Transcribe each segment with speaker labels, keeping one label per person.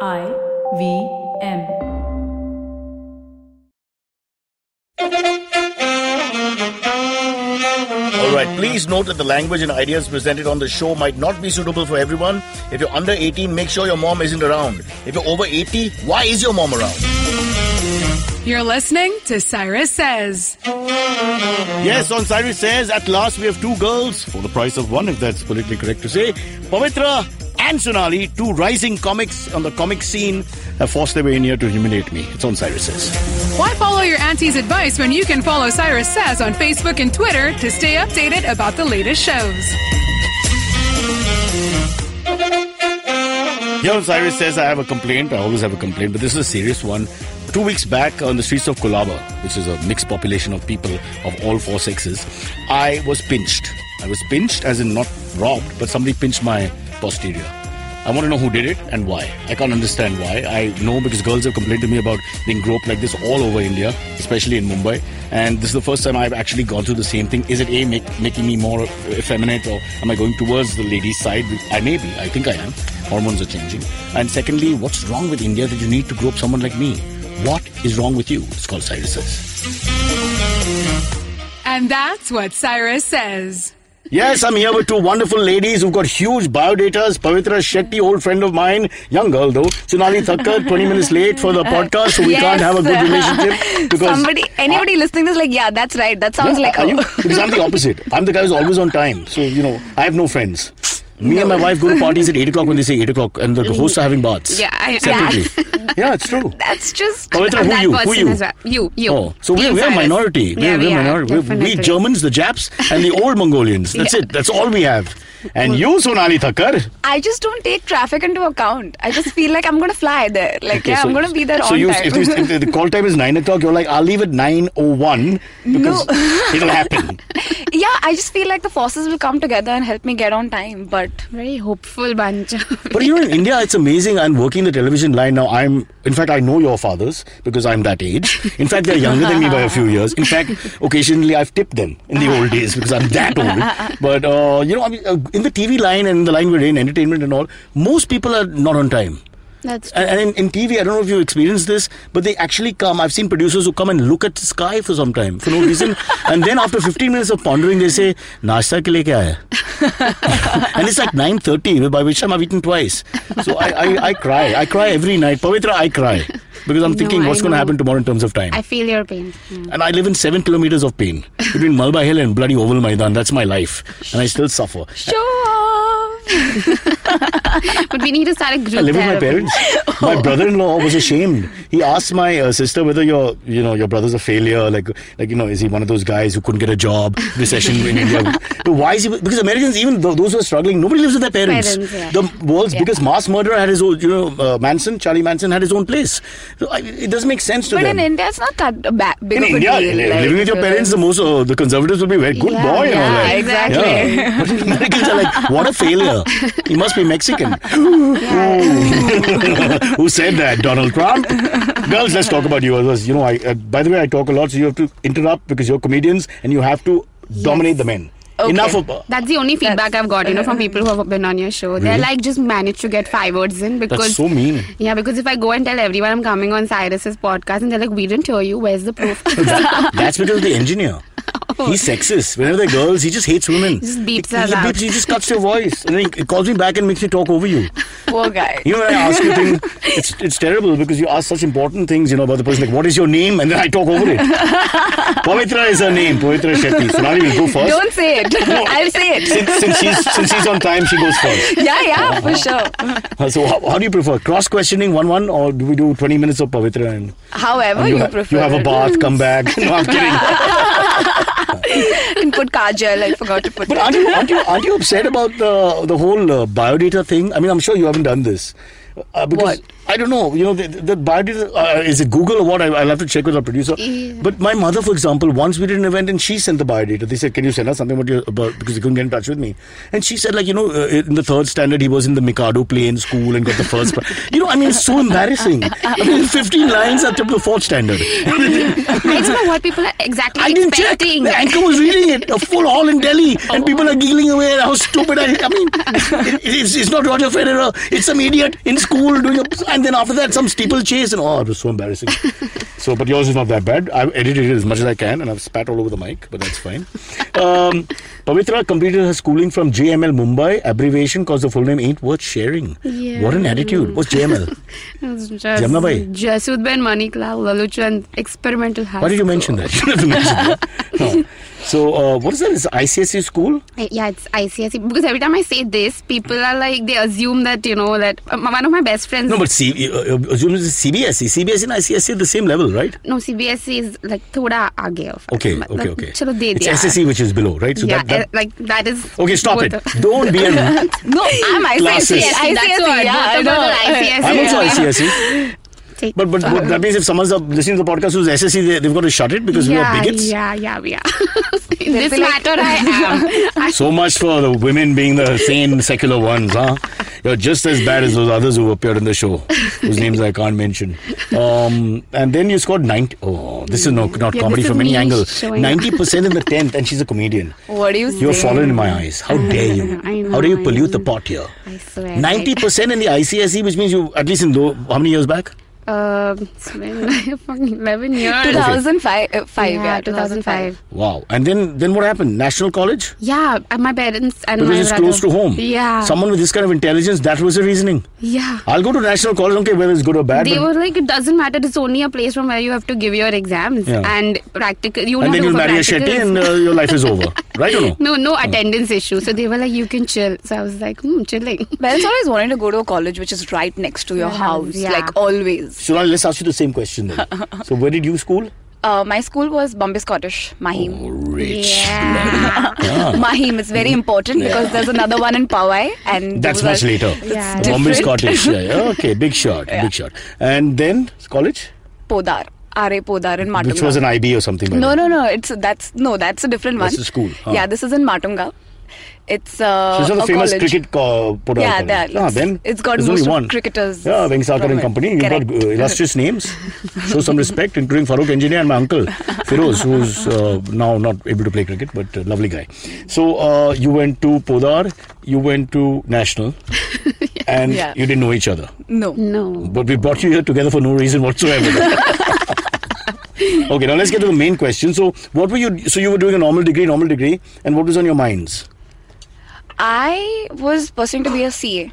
Speaker 1: I V M.
Speaker 2: All right, please note that the language and ideas presented on the show might not be suitable for everyone. If you're under 18, make sure your mom isn't around. If you're over 80, why is your mom around?
Speaker 3: You're listening to Cyrus Says.
Speaker 2: Yes, on Cyrus Says, at last we have two girls, for the price of one, if that's politically correct to say, Pavitra and Sonali, two rising comics on the comic scene, have forced their way in here to humiliate me. It's on Cyrus Says.
Speaker 3: Why follow your auntie's advice when you can follow Cyrus Says on Facebook and Twitter to stay updated about the latest shows?
Speaker 2: Here on Cyrus Says, I have a complaint. I always have a complaint, but this is a serious one. Two weeks back on the streets of Kolaba, which is a mixed population of people of all four sexes, I was pinched. I was pinched, as in not robbed, but somebody pinched my posterior. I want to know who did it and why. I can't understand why. I know because girls have complained to me about being groped like this all over India, especially in Mumbai. And this is the first time I've actually gone through the same thing. Is it A, make, making me more effeminate, or am I going towards the ladies' side? I may be. I think I am. Hormones are changing. And secondly, what's wrong with India that you need to grope someone like me? What is wrong with you? It's called Cyrus's.
Speaker 3: And that's what Cyrus Says.
Speaker 2: Yes, I'm here with two wonderful ladies who've got huge biodatas. Pavitra Shetty, old friend of mine, young girl though. Sonali Thakkar, 20 minutes late for the podcast, so we
Speaker 4: Yes.
Speaker 2: can't have a good relationship. Because
Speaker 4: Somebody, anybody listening is like, yeah, that's right. That sounds like oh.
Speaker 2: are
Speaker 4: a
Speaker 2: you? Because I'm the opposite. I'm the guy who's always on time. So, you know, I have no friends. Me and my wife go to parties at 8 o'clock when they say 8 o'clock, and the hosts are having baths.
Speaker 4: Yeah, I-
Speaker 2: Separately. Yeah, it's true.
Speaker 4: That's just
Speaker 2: Pavitra, who
Speaker 4: that
Speaker 2: you? Who
Speaker 4: person
Speaker 2: you?
Speaker 4: as well. You, you.
Speaker 2: Oh, so we're,
Speaker 4: You,
Speaker 2: we're a
Speaker 4: Cyrus.
Speaker 2: minority.
Speaker 4: Yeah,
Speaker 2: we're, we're a minority. We're, we
Speaker 4: definitely.
Speaker 2: Germans, the Japs, and the old Mongolians. That's
Speaker 4: Yeah.
Speaker 2: it. That's all we have. And you, Sonali Thakkar.
Speaker 4: I just don't take traffic into account. I just feel like I'm gonna fly there. Like,
Speaker 2: Okay,
Speaker 4: yeah,
Speaker 2: so-
Speaker 4: I'm gonna be there
Speaker 2: so
Speaker 4: on
Speaker 2: you,
Speaker 4: time.
Speaker 2: If, you- if the call time is nine o'clock, you're like, I'll leave at nine o one because it'll happen.
Speaker 4: yeah, I just feel like the forces will come together and help me get on time. But
Speaker 5: Very hopeful bunch.
Speaker 2: But you know, in India, it's amazing. I'm working the television line now. I'm, in fact, I know your fathers because I'm that age. In fact, they're younger than me by a few years. In fact, occasionally I've tipped them in the old days because I'm that old. But uh, you know, I mean, uh, in the TV line and the line we're in, entertainment and all, most people are not on time.
Speaker 5: That's true.
Speaker 2: And, and in, in TV, I don't know if you experienced this, but they actually come. I've seen producers who come and look at the sky for some time for no reason, and then after 15 minutes of pondering, they say, "Nashta ke liye kya hai?" and it's like 9:30, by which time I've eaten twice. So I, I, I cry. I cry every night. Pavitra, I cry because I'm
Speaker 5: No,
Speaker 2: thinking
Speaker 5: I
Speaker 2: what's going to
Speaker 5: know.
Speaker 2: happen tomorrow in terms of time.
Speaker 5: I feel your pain. Mm.
Speaker 2: and I live in seven kilometers of pain between Malba Hill and bloody Oval Maidan. That's my life, and I still suffer.
Speaker 4: show off.
Speaker 5: But we need to start a group
Speaker 2: I live with my
Speaker 5: therapy.
Speaker 2: parents. My brother-in-law was ashamed. He asked my uh, sister whether your, you know, your brother's a failure. Like, like you know, is he one of those guys who couldn't get a job? Recession in India. But why is he? Because Americans, even tho- those who are struggling, nobody lives with their parents.
Speaker 5: Parents, yeah.
Speaker 2: The world's biggest mass murderer had his own. You know, uh, Manson, Charlie Manson, had his own place. So I, it doesn't make sense to
Speaker 4: But
Speaker 2: them.
Speaker 4: in India, it's not that ba- big
Speaker 2: In
Speaker 4: of a
Speaker 2: India,
Speaker 4: deal.
Speaker 2: li-
Speaker 4: like,
Speaker 2: living with your
Speaker 4: so
Speaker 2: parents, the most uh, the conservatives will be very good
Speaker 5: Yeah,
Speaker 2: boy and all
Speaker 5: yeah,
Speaker 2: that.
Speaker 4: exactly.
Speaker 2: Yeah. But Americans are like, what a failure. He must be Mexican. Who said that? Donald Trump? Girls, let's talk about you. Others, You know, I, uh, by the way, I talk a lot, so you have to interrupt because you're comedians and you have to dominate the men. Enough of.
Speaker 5: That's the only feedback I've got, you know, from people who have been on your show. They're like, just manage to get five words in because.
Speaker 2: That's so mean.
Speaker 5: Yeah, because if I go and tell everyone I'm coming on Cyrus's podcast and they're like, we didn't hear you, where's the proof?
Speaker 2: That- that's because of the engineer. He's sexist. Whenever they're girls, he just hates women.
Speaker 5: Just beeps
Speaker 2: he,
Speaker 5: us
Speaker 2: he
Speaker 5: out.
Speaker 2: Beeps, he just cuts your voice. And then he calls me back and makes me talk over you.
Speaker 4: Poor guy.
Speaker 2: You know, when I ask you things, it's, it's terrible because you ask such important things, you know, about the person, like, what is your name? And then I talk over it. Pavitra is her name, Pavitra Shetty. Sonali will go 1st
Speaker 4: Don't say it. I'll say it.
Speaker 2: Since, since, she's, since she's on time, she goes first.
Speaker 4: Yeah, yeah, for sure.
Speaker 2: Uh, So, how, how do you prefer? Cross questioning 1 1 or do we do 20 minutes of Pavitra and,
Speaker 4: However
Speaker 2: and
Speaker 4: Oh, you,
Speaker 2: ha-
Speaker 4: prefer.
Speaker 2: you have a
Speaker 4: it.
Speaker 2: bath, come back? No, I'm kidding.
Speaker 4: And put kajal. I forgot to put.
Speaker 2: But aren't you, aren't you, aren't you upset about the, the whole uh, biodata thing? I mean, I'm sure you haven't done this. Uh, because
Speaker 4: What?
Speaker 2: I don't know, you know, the, the biodata, uh, is it Google or what? I, I'll have to check with our producer.
Speaker 5: Yeah.
Speaker 2: But my mother, for example, once we did an event and she sent the biodata. They said, Can you send us something about your, about, because they couldn't get in touch with me. And she said, like, you know, uh, in the third standard, he was in the Mikado plane school and got the first. pri- you know, I mean, it's so embarrassing. I mean, 15 lines up to the fourth standard.
Speaker 5: I don't know what people are exactly
Speaker 2: I didn't check.
Speaker 5: expecting.
Speaker 2: The anchor was reading it, a full hall in Delhi, and people are giggling away. And how stupid! I, I mean, it, it's, it's not Roger Federer. It's some idiot in school doing a, and then after that some steeplechase and oh it was so embarrassing so but yours is not that bad i've edited it as much as i can and i've spat all over the mic but that's fine um, pavitra completed her schooling from jml mumbai abbreviation cause the full name ain't worth sharing what an
Speaker 5: Yeah.
Speaker 2: attitude what's jml Jamna bhai?
Speaker 5: Jasudben Manikla Laluchand Experimental High
Speaker 2: why did you
Speaker 5: School.
Speaker 2: mention that you don't have to mention that No. so uh, what is that is icse school
Speaker 5: I- Yeah, it's ICSE. Because every time I say this, people are like, they assume that, you know, that um, one of my best friends.
Speaker 2: no but C, uh, uh, assume it's cbse cbse and icse are the same level right
Speaker 5: no, CBSE is like thoda aage of
Speaker 2: okay
Speaker 5: Like,
Speaker 2: okay okay
Speaker 5: Chalo de
Speaker 2: it's
Speaker 5: diya.
Speaker 2: ssc which is below right so
Speaker 5: yeah,
Speaker 2: that, that
Speaker 5: eh, like that is.
Speaker 2: Okay, stop
Speaker 5: both
Speaker 2: it.
Speaker 5: of-
Speaker 2: Don't be an.
Speaker 4: No, I'm
Speaker 2: Classes.
Speaker 4: ICSE.
Speaker 5: That's what,
Speaker 4: ICSE, yeah, I
Speaker 5: both of
Speaker 4: know.
Speaker 5: us are ICSE.
Speaker 2: I'm also
Speaker 5: Yeah.
Speaker 2: ICSE.
Speaker 5: Take-
Speaker 2: But, but but that means if someone's up listening to the podcast who's SSE, they, they've got to shut it because we
Speaker 5: yeah,
Speaker 2: are bigots.
Speaker 5: yeah, yeah, we are. In
Speaker 4: They'll
Speaker 5: this
Speaker 4: be like-
Speaker 5: matter, I am. I
Speaker 2: So much for the women being the sane secular ones, huh? You're just as bad as those others who appeared on the show, whose names I can't mention. Um, and then you scored 90. Oh, this is no, not
Speaker 5: Yeah,
Speaker 2: comedy
Speaker 5: this is
Speaker 2: from any
Speaker 5: me
Speaker 2: angle.
Speaker 5: showing-
Speaker 2: 90% in the 10th, and she's a comedian.
Speaker 4: What do you say?
Speaker 2: You're fallen in my eyes. How dare you?
Speaker 5: I know,
Speaker 2: How dare you
Speaker 5: I
Speaker 2: pollute the
Speaker 5: know.
Speaker 2: pot here?
Speaker 5: I swear.
Speaker 2: 90% in the ICSE, E, which means you, at least in though, how many years back?
Speaker 5: I, um, it's been like fucking 11 years.
Speaker 4: 2005, uh, five,
Speaker 5: yeah, 2005.
Speaker 2: Wow. And then then what happened? National College?
Speaker 5: Yeah, and my parents and
Speaker 2: Because
Speaker 5: my
Speaker 2: it's
Speaker 5: brother.
Speaker 2: close to home.
Speaker 5: Yeah.
Speaker 2: Someone with this kind of intelligence, that was the reasoning.
Speaker 5: yeah.
Speaker 2: I'll go to National College, I don't care whether it's good or bad.
Speaker 5: They
Speaker 2: but-
Speaker 5: were like, it doesn't matter. It's only a place from where you have to give your exams
Speaker 2: Yeah.
Speaker 5: and practical. You
Speaker 2: and
Speaker 5: not
Speaker 2: then
Speaker 5: do
Speaker 2: you'll
Speaker 5: for
Speaker 2: marry a Shetty
Speaker 5: practicals.
Speaker 2: and Oh. uh, your life is over. Right or no?
Speaker 5: no, no attendance issue. So they were like, you can chill. So I was like, hmm, chilling.
Speaker 4: Parents always wanted to go to a college which is right next to your
Speaker 5: Yeah,
Speaker 4: house,
Speaker 5: yeah.
Speaker 4: like always.
Speaker 2: So now let's ask you the same question then. so where did you school?
Speaker 4: Uh, my school was Bombay Scottish, Mahim.
Speaker 2: Rich.
Speaker 5: Yeah.
Speaker 2: Oh,
Speaker 4: Mahim is very important because there's another one in Powai, and
Speaker 2: That's much
Speaker 4: those are-
Speaker 2: later.
Speaker 5: Yeah.
Speaker 2: Bombay
Speaker 4: different.
Speaker 2: Scottish. Yeah, yeah. Okay, big shot. Big shot. And then college?
Speaker 4: Podar, R.A. Podar in Matunga.
Speaker 2: Which was an IB or something like
Speaker 4: No,
Speaker 2: that.
Speaker 4: no, no. It's that's no, that's a different one.
Speaker 2: That's a school, huh?
Speaker 4: Yeah, this is in Matunga. It's uh,
Speaker 2: So it's not
Speaker 4: a
Speaker 2: the famous
Speaker 4: college.
Speaker 2: cricket co- put out
Speaker 4: Yeah,
Speaker 2: college.
Speaker 4: that-
Speaker 2: Ah, then
Speaker 4: it's got
Speaker 2: there's
Speaker 4: most
Speaker 2: only
Speaker 4: of
Speaker 2: one.
Speaker 4: cricketers
Speaker 2: Yeah, Vengsakar
Speaker 4: from
Speaker 2: and
Speaker 4: it.
Speaker 2: company. You've got uh,
Speaker 4: Correct.
Speaker 2: illustrious names. Show some respect, including Farooq Engineer and my uncle Firoz, who's uh, now not able to play cricket, but uh, lovely guy. So uh, you went to Podar, you went to National, and
Speaker 4: Yeah.
Speaker 2: you didn't know each other.
Speaker 4: No.
Speaker 5: no.
Speaker 2: But we brought you here together for no reason whatsoever. okay, now let's get to the main question. So, what were you? So you were doing a normal degree, normal degree, and what was on your minds?
Speaker 4: I was pursuing to be a CA.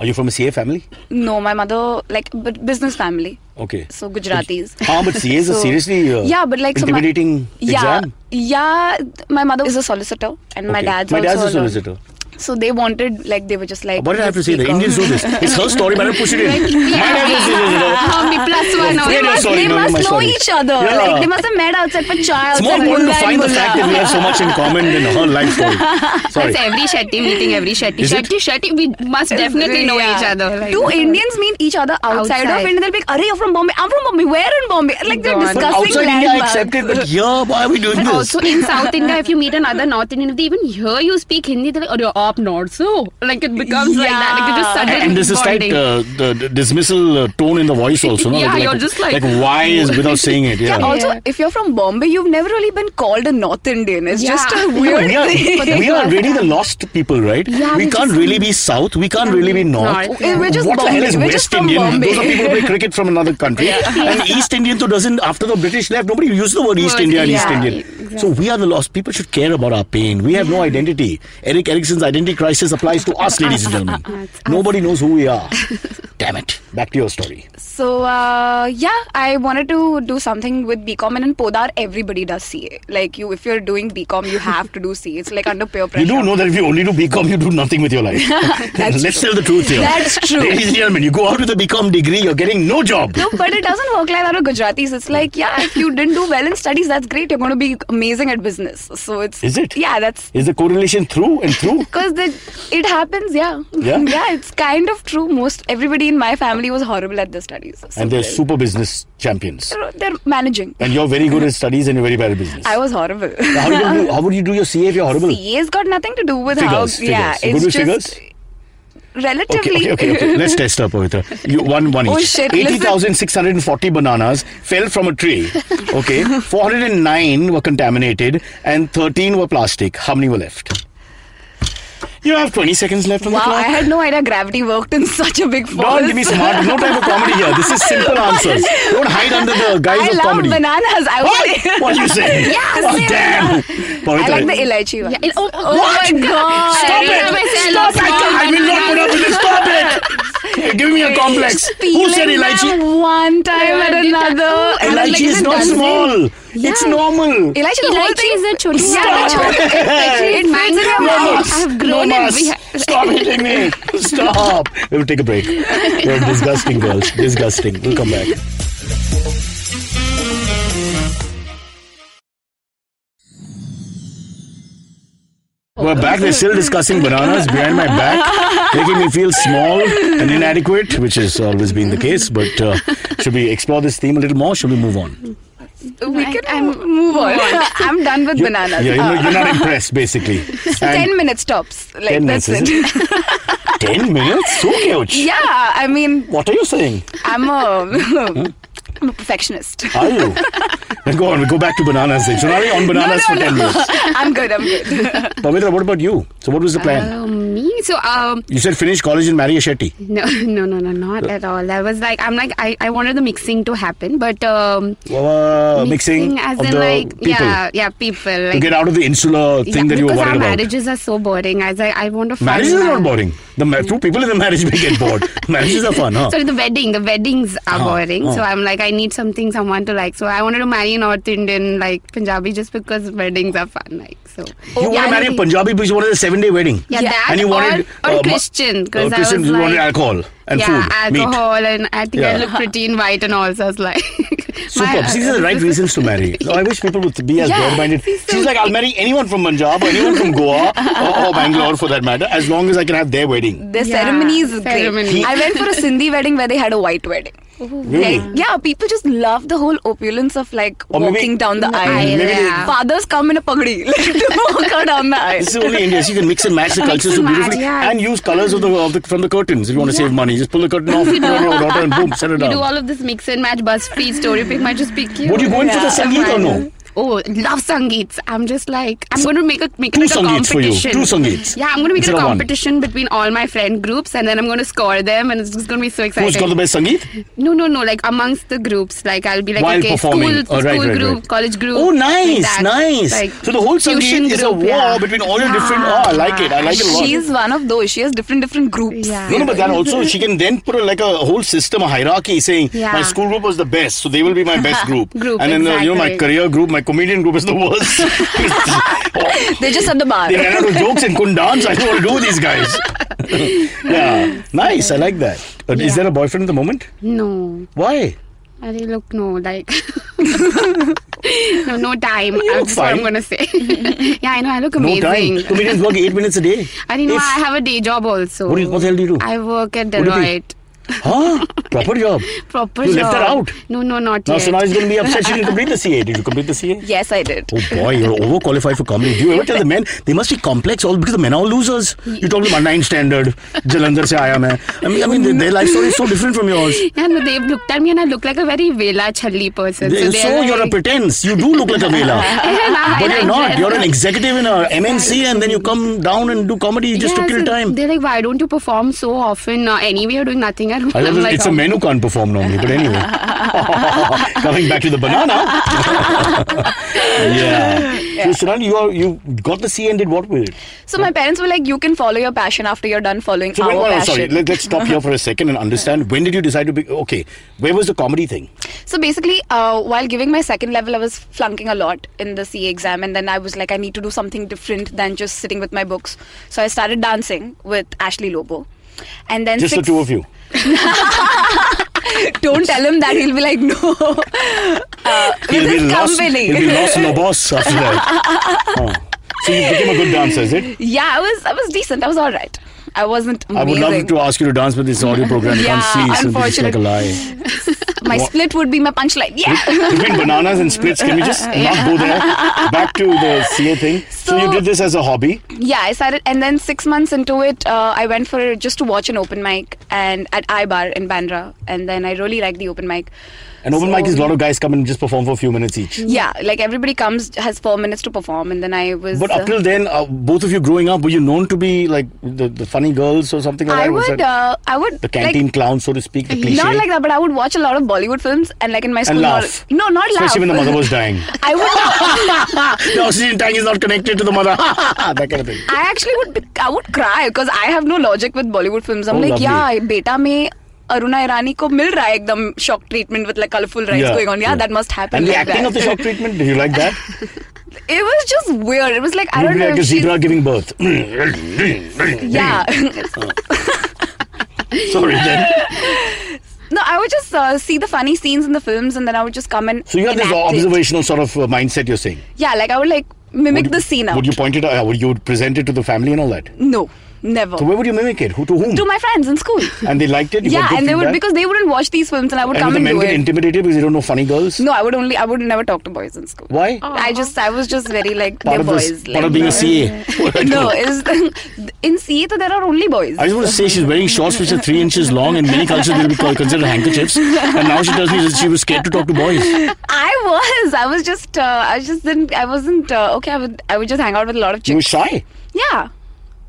Speaker 2: Are you from a CA family?
Speaker 4: No, my mother like but business family,
Speaker 2: Okay.
Speaker 4: so Gujaratis.
Speaker 2: Ah, but CA is a
Speaker 4: So-
Speaker 2: seriously uh,
Speaker 4: yeah, but like so my-
Speaker 2: intimidating
Speaker 4: yeah,
Speaker 2: exam.
Speaker 4: Yeah, my mother is a solicitor, and my
Speaker 2: Okay.
Speaker 4: dad's
Speaker 2: my dad's
Speaker 4: also
Speaker 2: a solicitor.
Speaker 4: So they wanted like they were just like.
Speaker 2: What did I have to
Speaker 4: "Let's
Speaker 2: say? The
Speaker 4: take off."
Speaker 2: Indians do this. It's her story, but I push it in. My dad was a solicitor.
Speaker 5: Mommy plus one.
Speaker 2: Yeah,
Speaker 5: only.
Speaker 2: no,
Speaker 4: Must-
Speaker 2: sorry,
Speaker 4: they
Speaker 2: no, no,
Speaker 4: must
Speaker 2: my
Speaker 4: know
Speaker 2: sorry.
Speaker 4: each other.
Speaker 2: Yeah.
Speaker 4: Like they must have met outside for child.
Speaker 2: It's more important to find the fact that we have so much in common than her life story. Sorry.
Speaker 5: That's every Shetty meeting, every Shetty.
Speaker 2: Is it?
Speaker 5: Shetty, Shetty, we must definitely know
Speaker 4: Yeah.
Speaker 5: each other. Like,
Speaker 4: Two Indians meet each other outside, of
Speaker 5: Outside.
Speaker 4: India. They'll be like, "Arey, you're from Bombay. I'm from Bombay. Where in Bombay?" Like they're
Speaker 5: Gone. But
Speaker 2: But
Speaker 4: discussing
Speaker 2: outside India, I
Speaker 4: landmarks.
Speaker 2: accept it. But here, why are we doing
Speaker 5: But
Speaker 2: this?
Speaker 5: also in South India, if you meet another North Indian, if they even hear you speak Hindi, they're like, oh, you're up north, so. Like, it becomes like that. Like, it
Speaker 4: Yeah.
Speaker 5: just suddenly
Speaker 2: and this is like
Speaker 5: bonding.
Speaker 2: uh, the, the dismissal uh, tone in the voice also, no?
Speaker 5: Yeah,
Speaker 2: like,
Speaker 5: you're just like-
Speaker 2: why is without saying it? Yeah.
Speaker 4: Yeah, also,
Speaker 5: Yeah.
Speaker 4: if you're from Bombay, you've never really been called a North Indian. It's
Speaker 5: Yeah.
Speaker 4: just a
Speaker 5: No,
Speaker 4: weird
Speaker 2: we are,
Speaker 4: thing.
Speaker 2: we are really the lost people, right?
Speaker 5: Yeah,
Speaker 2: we
Speaker 5: we
Speaker 2: can't
Speaker 5: just-
Speaker 2: really be south. We can't really be north.
Speaker 5: North,
Speaker 4: We're just
Speaker 2: what the hell
Speaker 4: Bombay.
Speaker 2: is
Speaker 4: We're
Speaker 2: West
Speaker 4: just from
Speaker 2: Indian?
Speaker 4: Bombay.
Speaker 2: Those are people who play cricket from another country. And East Indian, so doesn't, after the British left, nobody used the word East
Speaker 5: Word,
Speaker 2: India and East
Speaker 5: yeah,
Speaker 2: Indian.
Speaker 5: exactly.
Speaker 2: So we are the lost. People should care about our pain. We have no identity. Eric Erickson's identity crisis applies to us, ladies and gentlemen.
Speaker 5: It's us.
Speaker 2: Nobody knows who we are. Damn it. Back to your story.
Speaker 4: So uh, yeah, I wanted to do something with BCom, and in Podar, everybody does CA. Like you, if you're doing BCom, you have to do CA. It's like under peer pressure.
Speaker 2: You do know that if you only do BCom, you do nothing with your life.
Speaker 4: That's
Speaker 2: Let's
Speaker 4: true.
Speaker 2: tell the truth here.
Speaker 4: That's true.
Speaker 2: Ladies and gentlemen, you go out with a BCom degree, you're getting no job.
Speaker 4: No, but it doesn't work like that with Gujaratis. It's like, yeah, if you didn't do well in studies, that's great. You're going to be amazing at business. So it's.
Speaker 2: Is it?
Speaker 4: Yeah, that's
Speaker 2: Is the correlation through and through?
Speaker 4: because it happens. Yeah.
Speaker 2: Yeah?
Speaker 4: yeah, it's kind of true. Most everybody in my family was horrible at their studies. So
Speaker 2: and they're super business champions.
Speaker 4: they're, they're managing.
Speaker 2: And you're very good at studies and you're very bad at business.
Speaker 4: I was horrible.
Speaker 2: how, do you do, how would you do your CA if you're horrible?
Speaker 4: CA's got nothing to do with how.
Speaker 2: Figures,
Speaker 4: Yeah,
Speaker 2: figures. Good with
Speaker 4: it's just
Speaker 2: figures? Okay,
Speaker 4: relatively.
Speaker 2: okay, okay, okay. Let's test her, Pavitra. You, one, one each.
Speaker 4: Oh, shit, listen.
Speaker 2: 80,640 bananas fell from a tree. Okay. 409 were contaminated and 13 were plastic. How many were left? You have 20 seconds left on the
Speaker 4: Wow, I
Speaker 2: clock.
Speaker 4: had no idea gravity worked in such a big force.
Speaker 2: Don't give me smart. No type of comedy here. This is simple answers. Don't hide under the guise
Speaker 4: I
Speaker 2: of
Speaker 4: love
Speaker 2: comedy.
Speaker 4: bananas. I
Speaker 2: What?
Speaker 4: was
Speaker 2: What you saying?
Speaker 4: Yeah,
Speaker 2: Oh,
Speaker 4: same.
Speaker 2: damn.
Speaker 4: I
Speaker 2: Pavitra,
Speaker 4: like the elaichi one.
Speaker 5: Yeah, it- oh, oh
Speaker 2: What?
Speaker 5: my god!
Speaker 2: Stop
Speaker 5: I remember
Speaker 2: it!
Speaker 5: saying
Speaker 2: Stop
Speaker 5: lots
Speaker 2: it!
Speaker 5: of
Speaker 2: I will not put up
Speaker 5: bananas.
Speaker 2: with it. Stop it! You're giving me a complex. Who said
Speaker 4: Peeling
Speaker 2: elaichi?
Speaker 4: them one time
Speaker 5: Yeah,
Speaker 4: at
Speaker 5: did that.
Speaker 4: another.
Speaker 5: I
Speaker 4: And I'm
Speaker 5: like
Speaker 2: Elaichi is
Speaker 4: isn't
Speaker 2: not
Speaker 4: that-
Speaker 2: small. It's normal.
Speaker 4: Elaichi, the whole
Speaker 5: Elaichi
Speaker 4: thing
Speaker 5: is a choti
Speaker 4: Yeah,
Speaker 2: Stop
Speaker 4: the choti-
Speaker 5: Actually, it
Speaker 4: fits in your
Speaker 5: No,
Speaker 4: mouth.
Speaker 5: no.
Speaker 2: Nomas.
Speaker 5: I have grown
Speaker 2: Nomas.
Speaker 5: and we ha-
Speaker 2: Stop hitting me. Stop. We'll take a break. You're disgusting, girls. Disgusting. We'll come back. We're back. They're still discussing bananas behind my back, making me feel small and inadequate, which has always been the case. But uh, should we explore this theme a little more? Should we move on?
Speaker 4: We can move on. I'm done with bananas.
Speaker 2: Yeah, you
Speaker 4: Uh,
Speaker 2: know, you're not impressed, basically. And-
Speaker 4: Ten minutes tops. Like
Speaker 2: 10
Speaker 4: that's
Speaker 2: minutes,
Speaker 4: it.
Speaker 2: 10 minutes? So huge.
Speaker 4: yeah, I mean,
Speaker 2: What are you saying?
Speaker 4: I'm a. I'm a perfectionist.
Speaker 2: Are you? then go on, we go back to bananas then. So now we're on bananas for 10 minutes.
Speaker 4: I'm good. I'm good.
Speaker 2: Pavitra, what about you? So what was the plan?
Speaker 5: Oh, me? So, um,
Speaker 2: you said finish college and marry a Shetty.
Speaker 5: no, no, no, no, not at all. I was like, I'm like, I, I wanted the mixing to happen, but um,
Speaker 2: Uh, mixing,
Speaker 5: as
Speaker 2: of
Speaker 5: in
Speaker 2: the
Speaker 5: like,
Speaker 2: people.
Speaker 5: yeah, yeah, people. Like,
Speaker 2: To get out of the insular
Speaker 5: yeah,
Speaker 2: thing that you were
Speaker 5: because
Speaker 2: worried
Speaker 5: our
Speaker 2: about.
Speaker 5: marriages are so boring. As I, I want to. fun
Speaker 2: Marriages are not
Speaker 5: man.
Speaker 2: boring. The ma- two people in the marriage may get bored. marriages are fun, huh?
Speaker 5: Sorry, the wedding. The weddings are
Speaker 2: Uh-huh,
Speaker 5: boring. So
Speaker 2: uh-huh.
Speaker 5: I'm like, I need something, someone to like. So I wanted to marry North Indian, like Punjabi, just because weddings are fun. Like so.
Speaker 2: you want to marry a Punjabi because you wanted a seven day wedding.
Speaker 5: Yeah, that
Speaker 2: and you wanted
Speaker 5: or, or
Speaker 2: uh, ma-
Speaker 5: Christian.
Speaker 2: Uh,
Speaker 5: Because
Speaker 2: Christian,
Speaker 5: I was
Speaker 2: you
Speaker 5: like,
Speaker 2: wanted alcohol and
Speaker 5: yeah,
Speaker 2: food, meat.
Speaker 5: alcohol, and I think I
Speaker 2: Yeah.
Speaker 5: look pretty in white and all. So I was like,
Speaker 2: Superb.
Speaker 5: my-
Speaker 2: These are the right reasons to marry. No, I wish people would be as
Speaker 5: Yeah,
Speaker 2: broad-minded.
Speaker 5: she's so
Speaker 2: She's like, I'll marry anyone from Punjab or anyone from Goa or, or Bangalore for that matter, as long as I can have their wedding.
Speaker 4: The
Speaker 5: Yeah,
Speaker 4: ceremony is great.
Speaker 5: ceremony.
Speaker 4: I went for a Sindhi wedding where they had a white wedding.
Speaker 2: Really?
Speaker 4: Like, yeah, people just love the whole opulence of like
Speaker 2: Or maybe-
Speaker 4: walking down the aisle.
Speaker 5: aisle,
Speaker 2: Maybe they-
Speaker 5: yeah.
Speaker 4: Fathers come in a pagdi like, to walk her down the aisle.
Speaker 2: This is only India. So you can mix and match the cultures so
Speaker 5: and match,
Speaker 2: beautifully
Speaker 5: yeah.
Speaker 2: and use colors of the, of the from the curtains if you want to save money. Just pull the curtain off, put on your daughter, and boom, set it
Speaker 5: You do
Speaker 2: down.
Speaker 5: all of this mix and match, bus free story pick, might just pick you.
Speaker 2: Would you go in for the Sangeet or no?
Speaker 5: Oh, love Sangeets. I'm just like, I'm going to make a make
Speaker 2: Two
Speaker 5: it like a
Speaker 2: Sangeets for you.
Speaker 5: competition.
Speaker 2: Two Sangeets.
Speaker 5: Yeah, I'm going to make it
Speaker 2: Instead
Speaker 5: a
Speaker 2: of one.
Speaker 5: competition between all my friend groups and then I'm going to score them and it's just going to be so exciting.
Speaker 2: Who's got the best Sangeet?
Speaker 5: No, no, no. Like amongst the groups, like I'll be like
Speaker 2: While
Speaker 5: okay,
Speaker 2: performing.
Speaker 5: school,
Speaker 2: Oh, right,
Speaker 5: school
Speaker 2: right,
Speaker 5: group,
Speaker 2: right.
Speaker 5: college group.
Speaker 2: Oh, nice,
Speaker 5: like that.
Speaker 2: nice.
Speaker 5: Like,
Speaker 2: so the whole
Speaker 5: tuition
Speaker 2: Sangeet is a
Speaker 5: group,
Speaker 2: war
Speaker 5: yeah.
Speaker 2: between all your
Speaker 5: Yeah.
Speaker 2: different. Oh, I like it. I like it a lot.
Speaker 4: She's one of those. She has different different groups.
Speaker 5: Yeah.
Speaker 2: No, no, but that also she can then put a, like a whole system, a hierarchy, saying
Speaker 5: Yeah.
Speaker 2: my school group was the best, so they will be my best group.
Speaker 5: Group,
Speaker 2: and then uh, you know my
Speaker 5: exactly.
Speaker 2: career group, my comedian group is the worst. Oh,
Speaker 4: They're just at the bar.
Speaker 2: they ran out of jokes and couldn't dance. I don't want to do with these guys. yeah, nice. I like that. But is
Speaker 5: Yeah.
Speaker 2: there a boyfriend at the moment?
Speaker 5: No,
Speaker 2: Why?
Speaker 5: I really look no like. no, no time.
Speaker 2: look
Speaker 5: That's what
Speaker 2: fine.
Speaker 5: I'm gonna say. yeah, I know. I look
Speaker 2: No
Speaker 5: amazing.
Speaker 2: time. Comedians work eight minutes a day.
Speaker 5: I didn't know.
Speaker 2: If-
Speaker 5: I have a day job also.
Speaker 2: What do you- what the hell do you do?
Speaker 5: I work at
Speaker 2: What do you do?
Speaker 5: Deloitte.
Speaker 2: Huh? Proper job.
Speaker 5: Proper
Speaker 2: You
Speaker 5: job.
Speaker 2: left that out.
Speaker 5: No, no, not
Speaker 2: Now,
Speaker 5: yet.
Speaker 2: so now he's going to be upset. She didn't complete the CA. Did you complete the CA?
Speaker 4: yes, I did.
Speaker 2: Oh boy, you're overqualified for comedy. Do you ever tell the men they must be complex all because the men are all losers? You told them about nine standard, Jalandhar se aaya main. I mean, I mean, their- their life story is so different from yours.
Speaker 5: yeah, no, they've looked at me and I look like a very Vela Challi person.
Speaker 2: They-
Speaker 5: so
Speaker 2: so
Speaker 5: they're like,
Speaker 2: you're a pretense. You do look like a vela, but you're not. You're an executive in a MNC, and then you come down and do comedy just to
Speaker 5: Yeah,
Speaker 2: kill
Speaker 5: so
Speaker 2: time.
Speaker 5: They're like, why don't you perform so often? Uh, anyway, you're doing nothing at home.
Speaker 2: I love
Speaker 5: I'm
Speaker 2: it.
Speaker 5: like,
Speaker 2: It's a
Speaker 5: "Oh."
Speaker 2: men who can't perform normally, but anyway. Coming back to the banana. yeah. So, Sunani, you are, you got the C and did what with it?
Speaker 4: So my parents were like, "You can follow your passion after you're done following
Speaker 2: So
Speaker 4: our
Speaker 2: when, oh, no,
Speaker 4: passion."
Speaker 2: sorry, let, let's stop here for a second and understand. When did you decide to be okay? Where was the comedy thing?
Speaker 4: So basically, uh, while giving my second level, I was flunking a lot in the CA exam, and then I was like, I need to do something different than just sitting with my books. So I started dancing with Ashley Lobo, and then
Speaker 2: Just
Speaker 4: six,
Speaker 2: the two of you.
Speaker 4: Don't tell him that he'll be like, no. Uh, with
Speaker 2: He'll be
Speaker 4: his
Speaker 2: lost.
Speaker 4: company.
Speaker 2: He'll be lost no boss after that. Huh. So you became a good dancer, is it?
Speaker 4: yeah, I was I was decent. I was all right. I wasn't amazing.
Speaker 2: I would love to ask you to dance, but this audio program you can't
Speaker 4: Yeah,
Speaker 2: see, so this is like a
Speaker 4: unfortunately.
Speaker 2: lie.
Speaker 4: My
Speaker 2: Wha-
Speaker 4: split would be my punchline. Yeah.
Speaker 2: Between bananas and splits, can we just not go there? Back to the CA thing. So, you did this as a hobby.
Speaker 4: yeah, I started, and then six months into it, uh, I went for just to watch an open mic and at I Bar in Bandra, and then I really liked the open mic.
Speaker 2: And open mic
Speaker 4: So-
Speaker 2: is a lot of guys come and just perform for a few minutes each.
Speaker 4: Yeah, like everybody comes has four minutes to perform, and then I was.
Speaker 2: But
Speaker 4: uh,
Speaker 2: up till then, uh, both of you growing up, were you known to be like the, the funny girls or something like
Speaker 4: I
Speaker 2: that? Was
Speaker 4: would,
Speaker 2: that
Speaker 4: uh, I would
Speaker 2: the canteen
Speaker 4: like,
Speaker 2: clown, so to speak, the cliche.
Speaker 4: Not like that, but I would watch a lot of Bollywood films, and like in my school,
Speaker 2: and
Speaker 4: not-
Speaker 2: laugh.
Speaker 4: no, not laugh.
Speaker 2: Especially when the mother was dying.
Speaker 4: I would.
Speaker 2: the oxygen tank is not connected to the mother. that kind of thing.
Speaker 4: I actually would be- I would cry because I have no logic with Bollywood films. I'm
Speaker 2: Oh,
Speaker 4: like,
Speaker 2: lovely.
Speaker 4: yeah, बेटा में अरुणा ईरानी को मिल रहा है एकदम shock treatment with like colorful rights going on. Yeah, that must happen.
Speaker 2: And the
Speaker 4: like
Speaker 2: acting
Speaker 4: that.
Speaker 2: of the shock treatment, did you like that?
Speaker 4: It was just weird. It was like I
Speaker 2: You'd
Speaker 4: don't
Speaker 2: be
Speaker 4: know.
Speaker 2: like a
Speaker 4: if she's-
Speaker 2: zebra giving birth.
Speaker 4: Yeah.
Speaker 2: Sorry, then.
Speaker 4: no, I would just uh, see the funny scenes in the films, and then I would just come and.
Speaker 2: So you have this
Speaker 4: enact it.
Speaker 2: observational sort of uh, mindset. You're saying.
Speaker 4: Yeah, like I would like mimic
Speaker 2: Would-
Speaker 4: the scene out.
Speaker 2: Would you point it out? Would you present it to the family and all that?
Speaker 4: No, never.
Speaker 2: So where would you mimic it? Who to whom?
Speaker 4: to my friends in school.
Speaker 2: and they liked it. You
Speaker 4: yeah,
Speaker 2: got good
Speaker 4: and they would
Speaker 2: feedback?
Speaker 4: because they wouldn't watch these films, and I would
Speaker 2: And
Speaker 4: come
Speaker 2: did the
Speaker 4: and
Speaker 2: men
Speaker 4: do
Speaker 2: get
Speaker 4: it.
Speaker 2: intimidated because they don't know funny girls.
Speaker 4: no, I would only I would never talk to boys in school.
Speaker 2: Why?
Speaker 4: I just I was just very like
Speaker 2: part
Speaker 4: they're
Speaker 2: of
Speaker 4: boys.
Speaker 2: this, part
Speaker 4: like,
Speaker 2: of being a
Speaker 4: no.
Speaker 2: CA. What do I
Speaker 4: No,
Speaker 2: do?
Speaker 4: is in CA so there are only boys.
Speaker 2: I just want to say she's wearing shorts which are three inches long. In many cultures, they will be called, considered handkerchiefs. And now she tells me that she was scared to talk to boys.
Speaker 4: I was I was just uh, I just didn't I wasn't uh, okay. I would I would just hang out with a lot of
Speaker 2: You were
Speaker 4: chicks.
Speaker 2: shy.
Speaker 4: Yeah,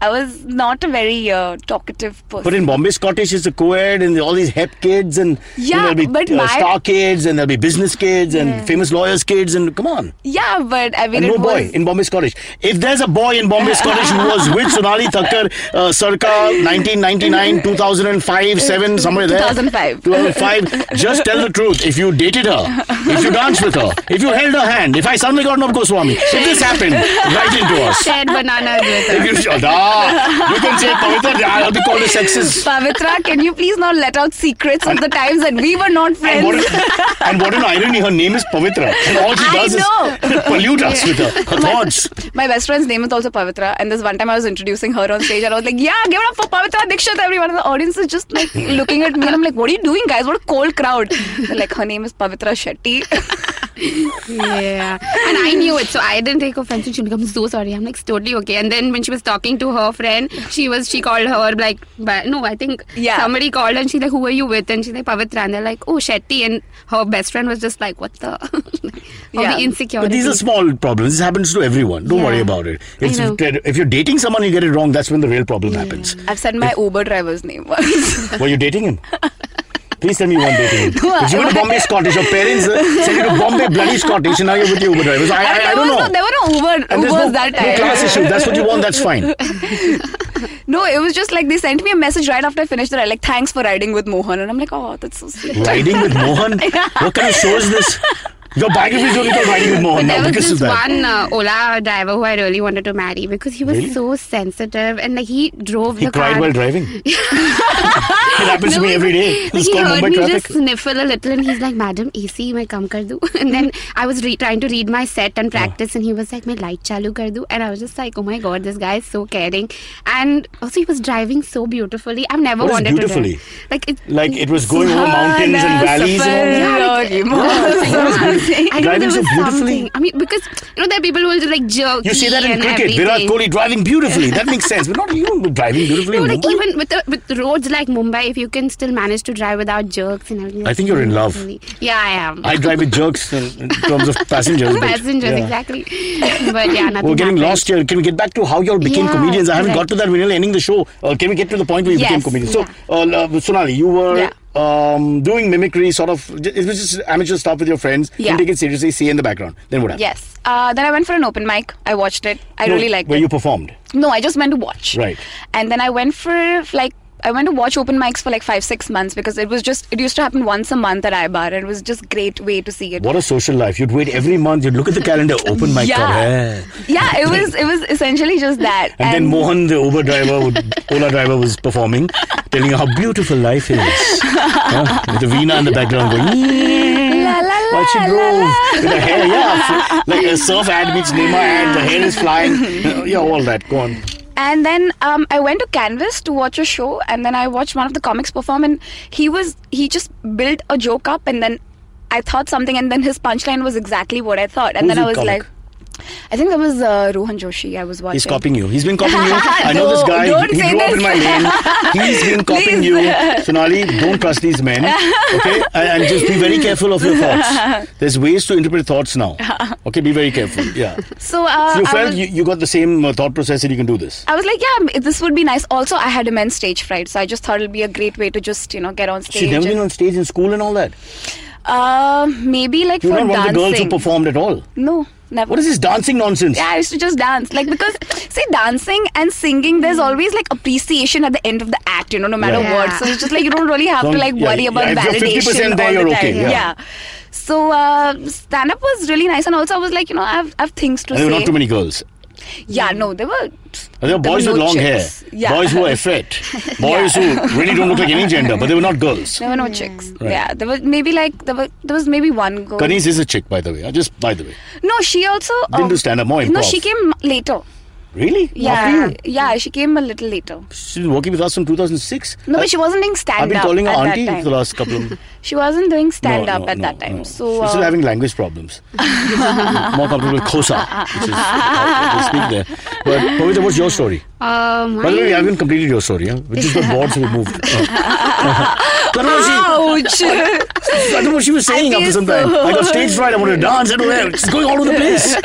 Speaker 4: I was not a very uh, talkative person.
Speaker 2: But in Bombay Scottish, it's a co-ed and all these HEP kids and you know,
Speaker 4: Yeah,
Speaker 2: there'll be
Speaker 4: but
Speaker 2: uh,
Speaker 4: my-
Speaker 2: star kids and there'll be business kids and famous lawyers kids and come on.
Speaker 4: yeah, but I mean
Speaker 2: And
Speaker 4: it
Speaker 2: no boy
Speaker 4: was-
Speaker 2: in Bombay Scottish. If there's a boy in Bombay Scottish who was with Sonali Thakkar uh, circa 1999, 2005, 7, somewhere there.
Speaker 4: 2005.
Speaker 2: 2005. Just tell the truth. If you dated her, if you danced with her, if you held her hand, if I suddenly got Nob Goswami, if this happened, write into us.
Speaker 5: Shared bananas with her.
Speaker 2: If you, Ah, you can say, Pavitra, I'll be called a sexist.
Speaker 4: Pavitra, can you please not let out secrets of the times that we were not
Speaker 2: And what,
Speaker 4: friends?
Speaker 2: an, and what an irony, her name is Pavitra. And all she
Speaker 4: I
Speaker 2: does
Speaker 4: know.
Speaker 2: is pollute us with her, her thoughts.
Speaker 4: My best friend's name is also Pavitra, and this one time I was introducing her on stage, and I was like, "Yeah, give it up for Pavitra Dikshit!" Everyone in the audience is just like looking at me, and I'm like, "What are you doing, guys? What a cold crowd!" They're like, "Her name is Pavitra Shetty."
Speaker 5: Yeah. And I knew it, so I didn't take offense. And she was like, I'm so sorry. I'm like, "It's totally okay. And then when she was talking to her friend, she was, she called her like, but no, I think
Speaker 4: Yeah.
Speaker 5: somebody called and she's like, who are you with? And she's like, Pavitra. And they're like, oh, Shetty. And her best friend was just like, what the?
Speaker 4: Yeah.
Speaker 5: yeah. insecure.
Speaker 2: But these are small problems. This happens to everyone. Don't
Speaker 5: Yeah.
Speaker 2: worry about it. It's,
Speaker 5: I know.
Speaker 2: if you're dating someone, you get it wrong. That's when the real problem happens.
Speaker 4: I've said my Uber driver's name once.
Speaker 2: Were you dating him? Please tell me you weren't dating him.
Speaker 4: No,
Speaker 2: Because you were to Bombay Scottish. Your parents uh, sent you to Bombay bloody Scottish, and now you're with your Uber drivers. I, I, I
Speaker 4: there
Speaker 2: don't
Speaker 4: was
Speaker 2: know.
Speaker 4: No, there were no Uber
Speaker 2: and there's
Speaker 4: Ubers
Speaker 2: no,
Speaker 4: that
Speaker 2: no
Speaker 4: time.
Speaker 2: class issue. That's what you want. That's fine.
Speaker 4: No, it was just like they sent me a message right after I finished the ride, like "Thanks for riding with Mohan," and I'm like, "Oh, that's so sweet."
Speaker 2: Riding with Mohan. What kind of show is this? Your biography is only called Riding with Mohan
Speaker 5: there
Speaker 2: now
Speaker 5: was
Speaker 2: because of
Speaker 5: this
Speaker 2: that.
Speaker 5: one uh, Ola driver who I really wanted to marry because he was
Speaker 2: Really?
Speaker 5: so sensitive and like he drove
Speaker 2: He
Speaker 5: the
Speaker 2: cried
Speaker 5: car.
Speaker 2: while driving. it happens to me every day.
Speaker 5: Like
Speaker 2: It's
Speaker 5: he
Speaker 2: called
Speaker 5: heard
Speaker 2: Mumbai
Speaker 5: me
Speaker 2: traffic.
Speaker 5: just sniffle a little and he's like, Madam, AC, मैं कम कर दूँ? And then I was re- trying to read my set and practice and he was like, मैं light चालू कर दूँ? And I was just like, oh my god, this guy is so caring. And also he was driving so beautifully. I've never
Speaker 2: What is
Speaker 5: wanted
Speaker 2: beautifully?
Speaker 5: to drive. Like, it,
Speaker 2: Like it was going over mountains and
Speaker 5: uh,
Speaker 2: valleys. And all.
Speaker 5: I know
Speaker 2: Driving
Speaker 5: there
Speaker 2: so
Speaker 5: was
Speaker 2: beautifully.
Speaker 5: something. I mean, because you know there are people who will like jerk.
Speaker 2: You see that in
Speaker 5: and
Speaker 2: cricket. Virat
Speaker 5: everything.
Speaker 2: Kohli driving beautifully. That makes sense. But not you driving beautifully.
Speaker 5: No,
Speaker 2: in
Speaker 5: like
Speaker 2: Mumbai.
Speaker 5: even with the, with roads like Mumbai, if you can still manage to drive without jerks and everything.
Speaker 2: I think you're in love.
Speaker 5: Yeah, I am.
Speaker 2: I drive with jerks in, in terms of passengers. but-
Speaker 5: Passengers,
Speaker 2: yeah.
Speaker 5: exactly. But yeah, nothing.
Speaker 2: We're getting
Speaker 5: happened.
Speaker 2: lost here. Can we get back to how you all became
Speaker 5: Yeah,
Speaker 2: comedians? I haven't got
Speaker 5: correct.
Speaker 2: to that. We're nearly ending the show. Uh, can we get to the point where you
Speaker 4: Yes,
Speaker 2: became comedians? So, uh, uh, Sonali, you were
Speaker 4: Yeah.
Speaker 2: um, doing mimicry, sort of. It was just amateur stuff with your friends.
Speaker 4: Yeah.
Speaker 2: Didn't take it seriously. See in the background. Then what happened?
Speaker 4: Yes. Uh, then I went for an open mic. I watched it. I
Speaker 2: No,
Speaker 4: really liked
Speaker 2: Where
Speaker 4: it.
Speaker 2: you performed.
Speaker 4: No, I just went to watch.
Speaker 2: Right.
Speaker 4: And then I went for like I went to watch open mics for like five six months because it was just it used to happen once a month at IBAR and it was just great way to see it.
Speaker 2: What a social life. You'd wait every month, you'd look at the calendar, open mic
Speaker 4: Yeah.
Speaker 2: yeah.
Speaker 4: Yeah, it was it was essentially just that.
Speaker 2: And, then Mohan, the Uber driver, would, Ola driver was performing, telling you how beautiful life is. Huh? With the Veena in the background going,
Speaker 4: La, la, la,
Speaker 2: Watch it
Speaker 4: la, la.
Speaker 2: groove. With the hair, yeah. fl- Like a surf ad meets Neema ad, the hair is flying. yeah, all that. Go on.
Speaker 4: And then um, I went to Canvas to watch a show, and then I watched one of the comics perform, and he was he just built a joke up, and then I thought something, and then his punchline was exactly what I thought, and
Speaker 2: Who's
Speaker 4: then I
Speaker 2: the
Speaker 4: was
Speaker 2: comic?
Speaker 4: like, I think that was uh, Rohan Joshi I was watching.
Speaker 2: He's copying you. He's been copying you. I know this
Speaker 4: No,
Speaker 2: guy.
Speaker 4: don't
Speaker 2: he
Speaker 4: say
Speaker 2: grew up
Speaker 4: this.
Speaker 2: in my lane. He's been copying
Speaker 4: Please.
Speaker 2: you. Sonali, don't trust these men. Okay? And, and just be very careful of your thoughts. There's ways to interpret thoughts now. Okay? Be very careful. Yeah.
Speaker 4: So, uh,
Speaker 2: So you
Speaker 4: I
Speaker 2: felt
Speaker 4: was-
Speaker 2: you, you got the same uh, thought process and you can do this.
Speaker 4: I was like, yeah, m- this would be nice. Also, I had immense stage fright, so I just thought it'd be a great way to just, you know, get on stage.
Speaker 2: She's never been
Speaker 4: and-
Speaker 2: on stage in school and all that.
Speaker 4: Uh, maybe like
Speaker 2: You're
Speaker 4: for
Speaker 2: not one
Speaker 4: dancing.
Speaker 2: of the girls who performed at all.
Speaker 4: no, never.
Speaker 2: What is this dancing nonsense?
Speaker 4: Yeah, I used to just dance. Like, because, see, dancing and singing, there's always like appreciation at the end of the act, you know, no matter
Speaker 2: Yeah.
Speaker 4: what. So it's just like you don't really have to
Speaker 2: Don't-
Speaker 4: like
Speaker 2: yeah,
Speaker 4: worry
Speaker 2: yeah,
Speaker 4: about
Speaker 2: if you're 50%
Speaker 4: validation.
Speaker 2: there,
Speaker 4: all
Speaker 2: you're
Speaker 4: the
Speaker 2: okay,
Speaker 4: time.
Speaker 2: yeah.
Speaker 4: So uh, stand up was really nice, and also I was like, you know, I have, I have things to
Speaker 2: And there were
Speaker 4: say.
Speaker 2: not too many girls.
Speaker 4: Yeah, no, there were.
Speaker 2: And there were boys
Speaker 4: were
Speaker 2: with
Speaker 4: no
Speaker 2: long
Speaker 4: chicks.
Speaker 2: hair,
Speaker 4: Yeah.
Speaker 2: boys who were effete, boys who really don't look like any gender, but they were not girls.
Speaker 4: There were no chicks.
Speaker 2: Right.
Speaker 4: Yeah, there was maybe like there, were, there was maybe one girl.
Speaker 2: Kanis is a chick, by the way. Uh, Just by the way.
Speaker 4: No, she also um,
Speaker 2: Didn't do stand-up, more
Speaker 4: No,
Speaker 2: improv.
Speaker 4: she came later.
Speaker 2: Really?
Speaker 4: Yeah,
Speaker 2: After you?
Speaker 4: yeah, she came a little later.
Speaker 2: She's been working with us from 2006.
Speaker 4: No,
Speaker 2: I-
Speaker 4: but she wasn't doing stand up.
Speaker 2: I've been calling her
Speaker 4: at
Speaker 2: auntie
Speaker 4: that time.
Speaker 2: for the last couple of.
Speaker 4: She wasn't doing stand
Speaker 2: No,
Speaker 4: up
Speaker 2: no,
Speaker 4: at
Speaker 2: no,
Speaker 4: that time.
Speaker 2: no.
Speaker 4: So
Speaker 2: she's still
Speaker 4: uh,
Speaker 2: having language problems. More comfortable with Kosa, which is uh, they speak there. But Pavitra, what's your story?
Speaker 5: Uh,
Speaker 2: By the way, we
Speaker 5: mine,
Speaker 2: haven't completed your story, huh? We just got boards removed. Oh. no, no, she,
Speaker 4: ouch.
Speaker 2: I don't know what she was saying
Speaker 4: I
Speaker 2: after
Speaker 4: feel
Speaker 2: some time.
Speaker 4: so-
Speaker 2: I got stage fright. I wanted to dance. I don't know. It's going all over the place.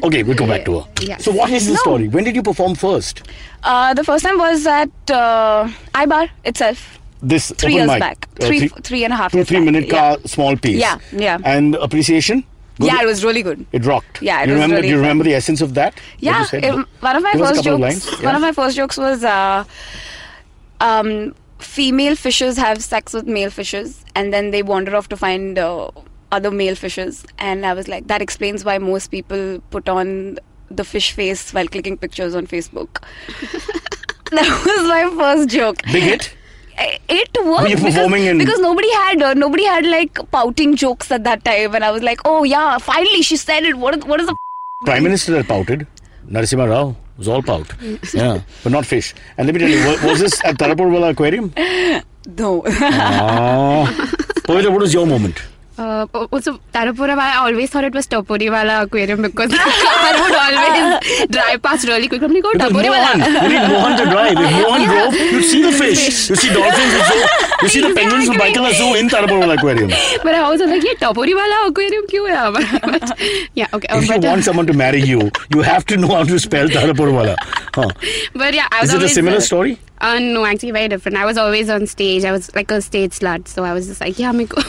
Speaker 2: Okay, we'll come back to her.
Speaker 5: Yeah.
Speaker 2: So, what is the
Speaker 4: No.
Speaker 2: story? When did you perform first?
Speaker 4: uh, the first time was at uh, iBar itself.
Speaker 2: This
Speaker 4: Three
Speaker 2: open
Speaker 4: years
Speaker 2: mic.
Speaker 4: back.
Speaker 2: Uh,
Speaker 4: Three- three and a half
Speaker 2: Two,
Speaker 4: years
Speaker 2: three
Speaker 4: back.
Speaker 2: minute
Speaker 4: Yeah.
Speaker 2: car, small piece.
Speaker 4: Yeah, yeah.
Speaker 2: And appreciation. Good?
Speaker 4: Yeah, it was really good.
Speaker 2: It rocked.
Speaker 4: Yeah, it
Speaker 2: you
Speaker 4: was
Speaker 2: remember?
Speaker 4: really
Speaker 2: do you
Speaker 4: fun.
Speaker 2: remember the essence of that? What you
Speaker 4: Yeah,
Speaker 2: said?
Speaker 4: it- one of my
Speaker 2: Give us a
Speaker 4: first
Speaker 2: couple of
Speaker 4: jokes.
Speaker 2: lines.
Speaker 4: One of
Speaker 2: Yeah.
Speaker 4: my first jokes was, uh, um, female fishes have sex with male fishes, and then they wander off to find uh, other male fishes. And I was like, that explains why most people put on the fish face while clicking pictures on Facebook. that was my first joke.
Speaker 2: Big hit.
Speaker 4: It worked
Speaker 2: you
Speaker 4: because,
Speaker 2: performing in-
Speaker 4: because nobody had uh, nobody had like pouting jokes at that time, and I was like, oh yeah, finally she said it. What is, what is the
Speaker 2: Prime Minister had pouted. Narasimha Rao was all pout. yeah, but not fish. And let me tell you, wa- was this at Tarapurwala Aquarium?
Speaker 4: no?
Speaker 2: Oh. Pavitra, what was your moment?
Speaker 5: uh, also Tarapura, I always thought it was Toporiwala Aquarium because I would always drive past really quick. I'm like, "Oh, go
Speaker 2: Because Mohan,
Speaker 5: Toporiwala.
Speaker 2: you need Mohan to drive. If Mohan drove, you'd see the fish. You'd see dolphins. You'd, see, you'd see the penguins from
Speaker 5: Exactly.
Speaker 2: Baikala Zoo in Tarapurwala Aquarium.
Speaker 5: But I was like, yeah, Toporiwala Aquarium, क्यों है? But yeah, okay. uh,
Speaker 2: If you
Speaker 5: but, uh,
Speaker 2: want someone to marry you, you have to know how to spell Tarapurwala. Huh.
Speaker 5: but yeah, I was
Speaker 2: Is it a
Speaker 5: always,
Speaker 2: similar
Speaker 5: uh,
Speaker 2: story?
Speaker 5: Uh, no, actually, very different. I was always on stage. I was like a stage slut, so I was just like, yeah, me go.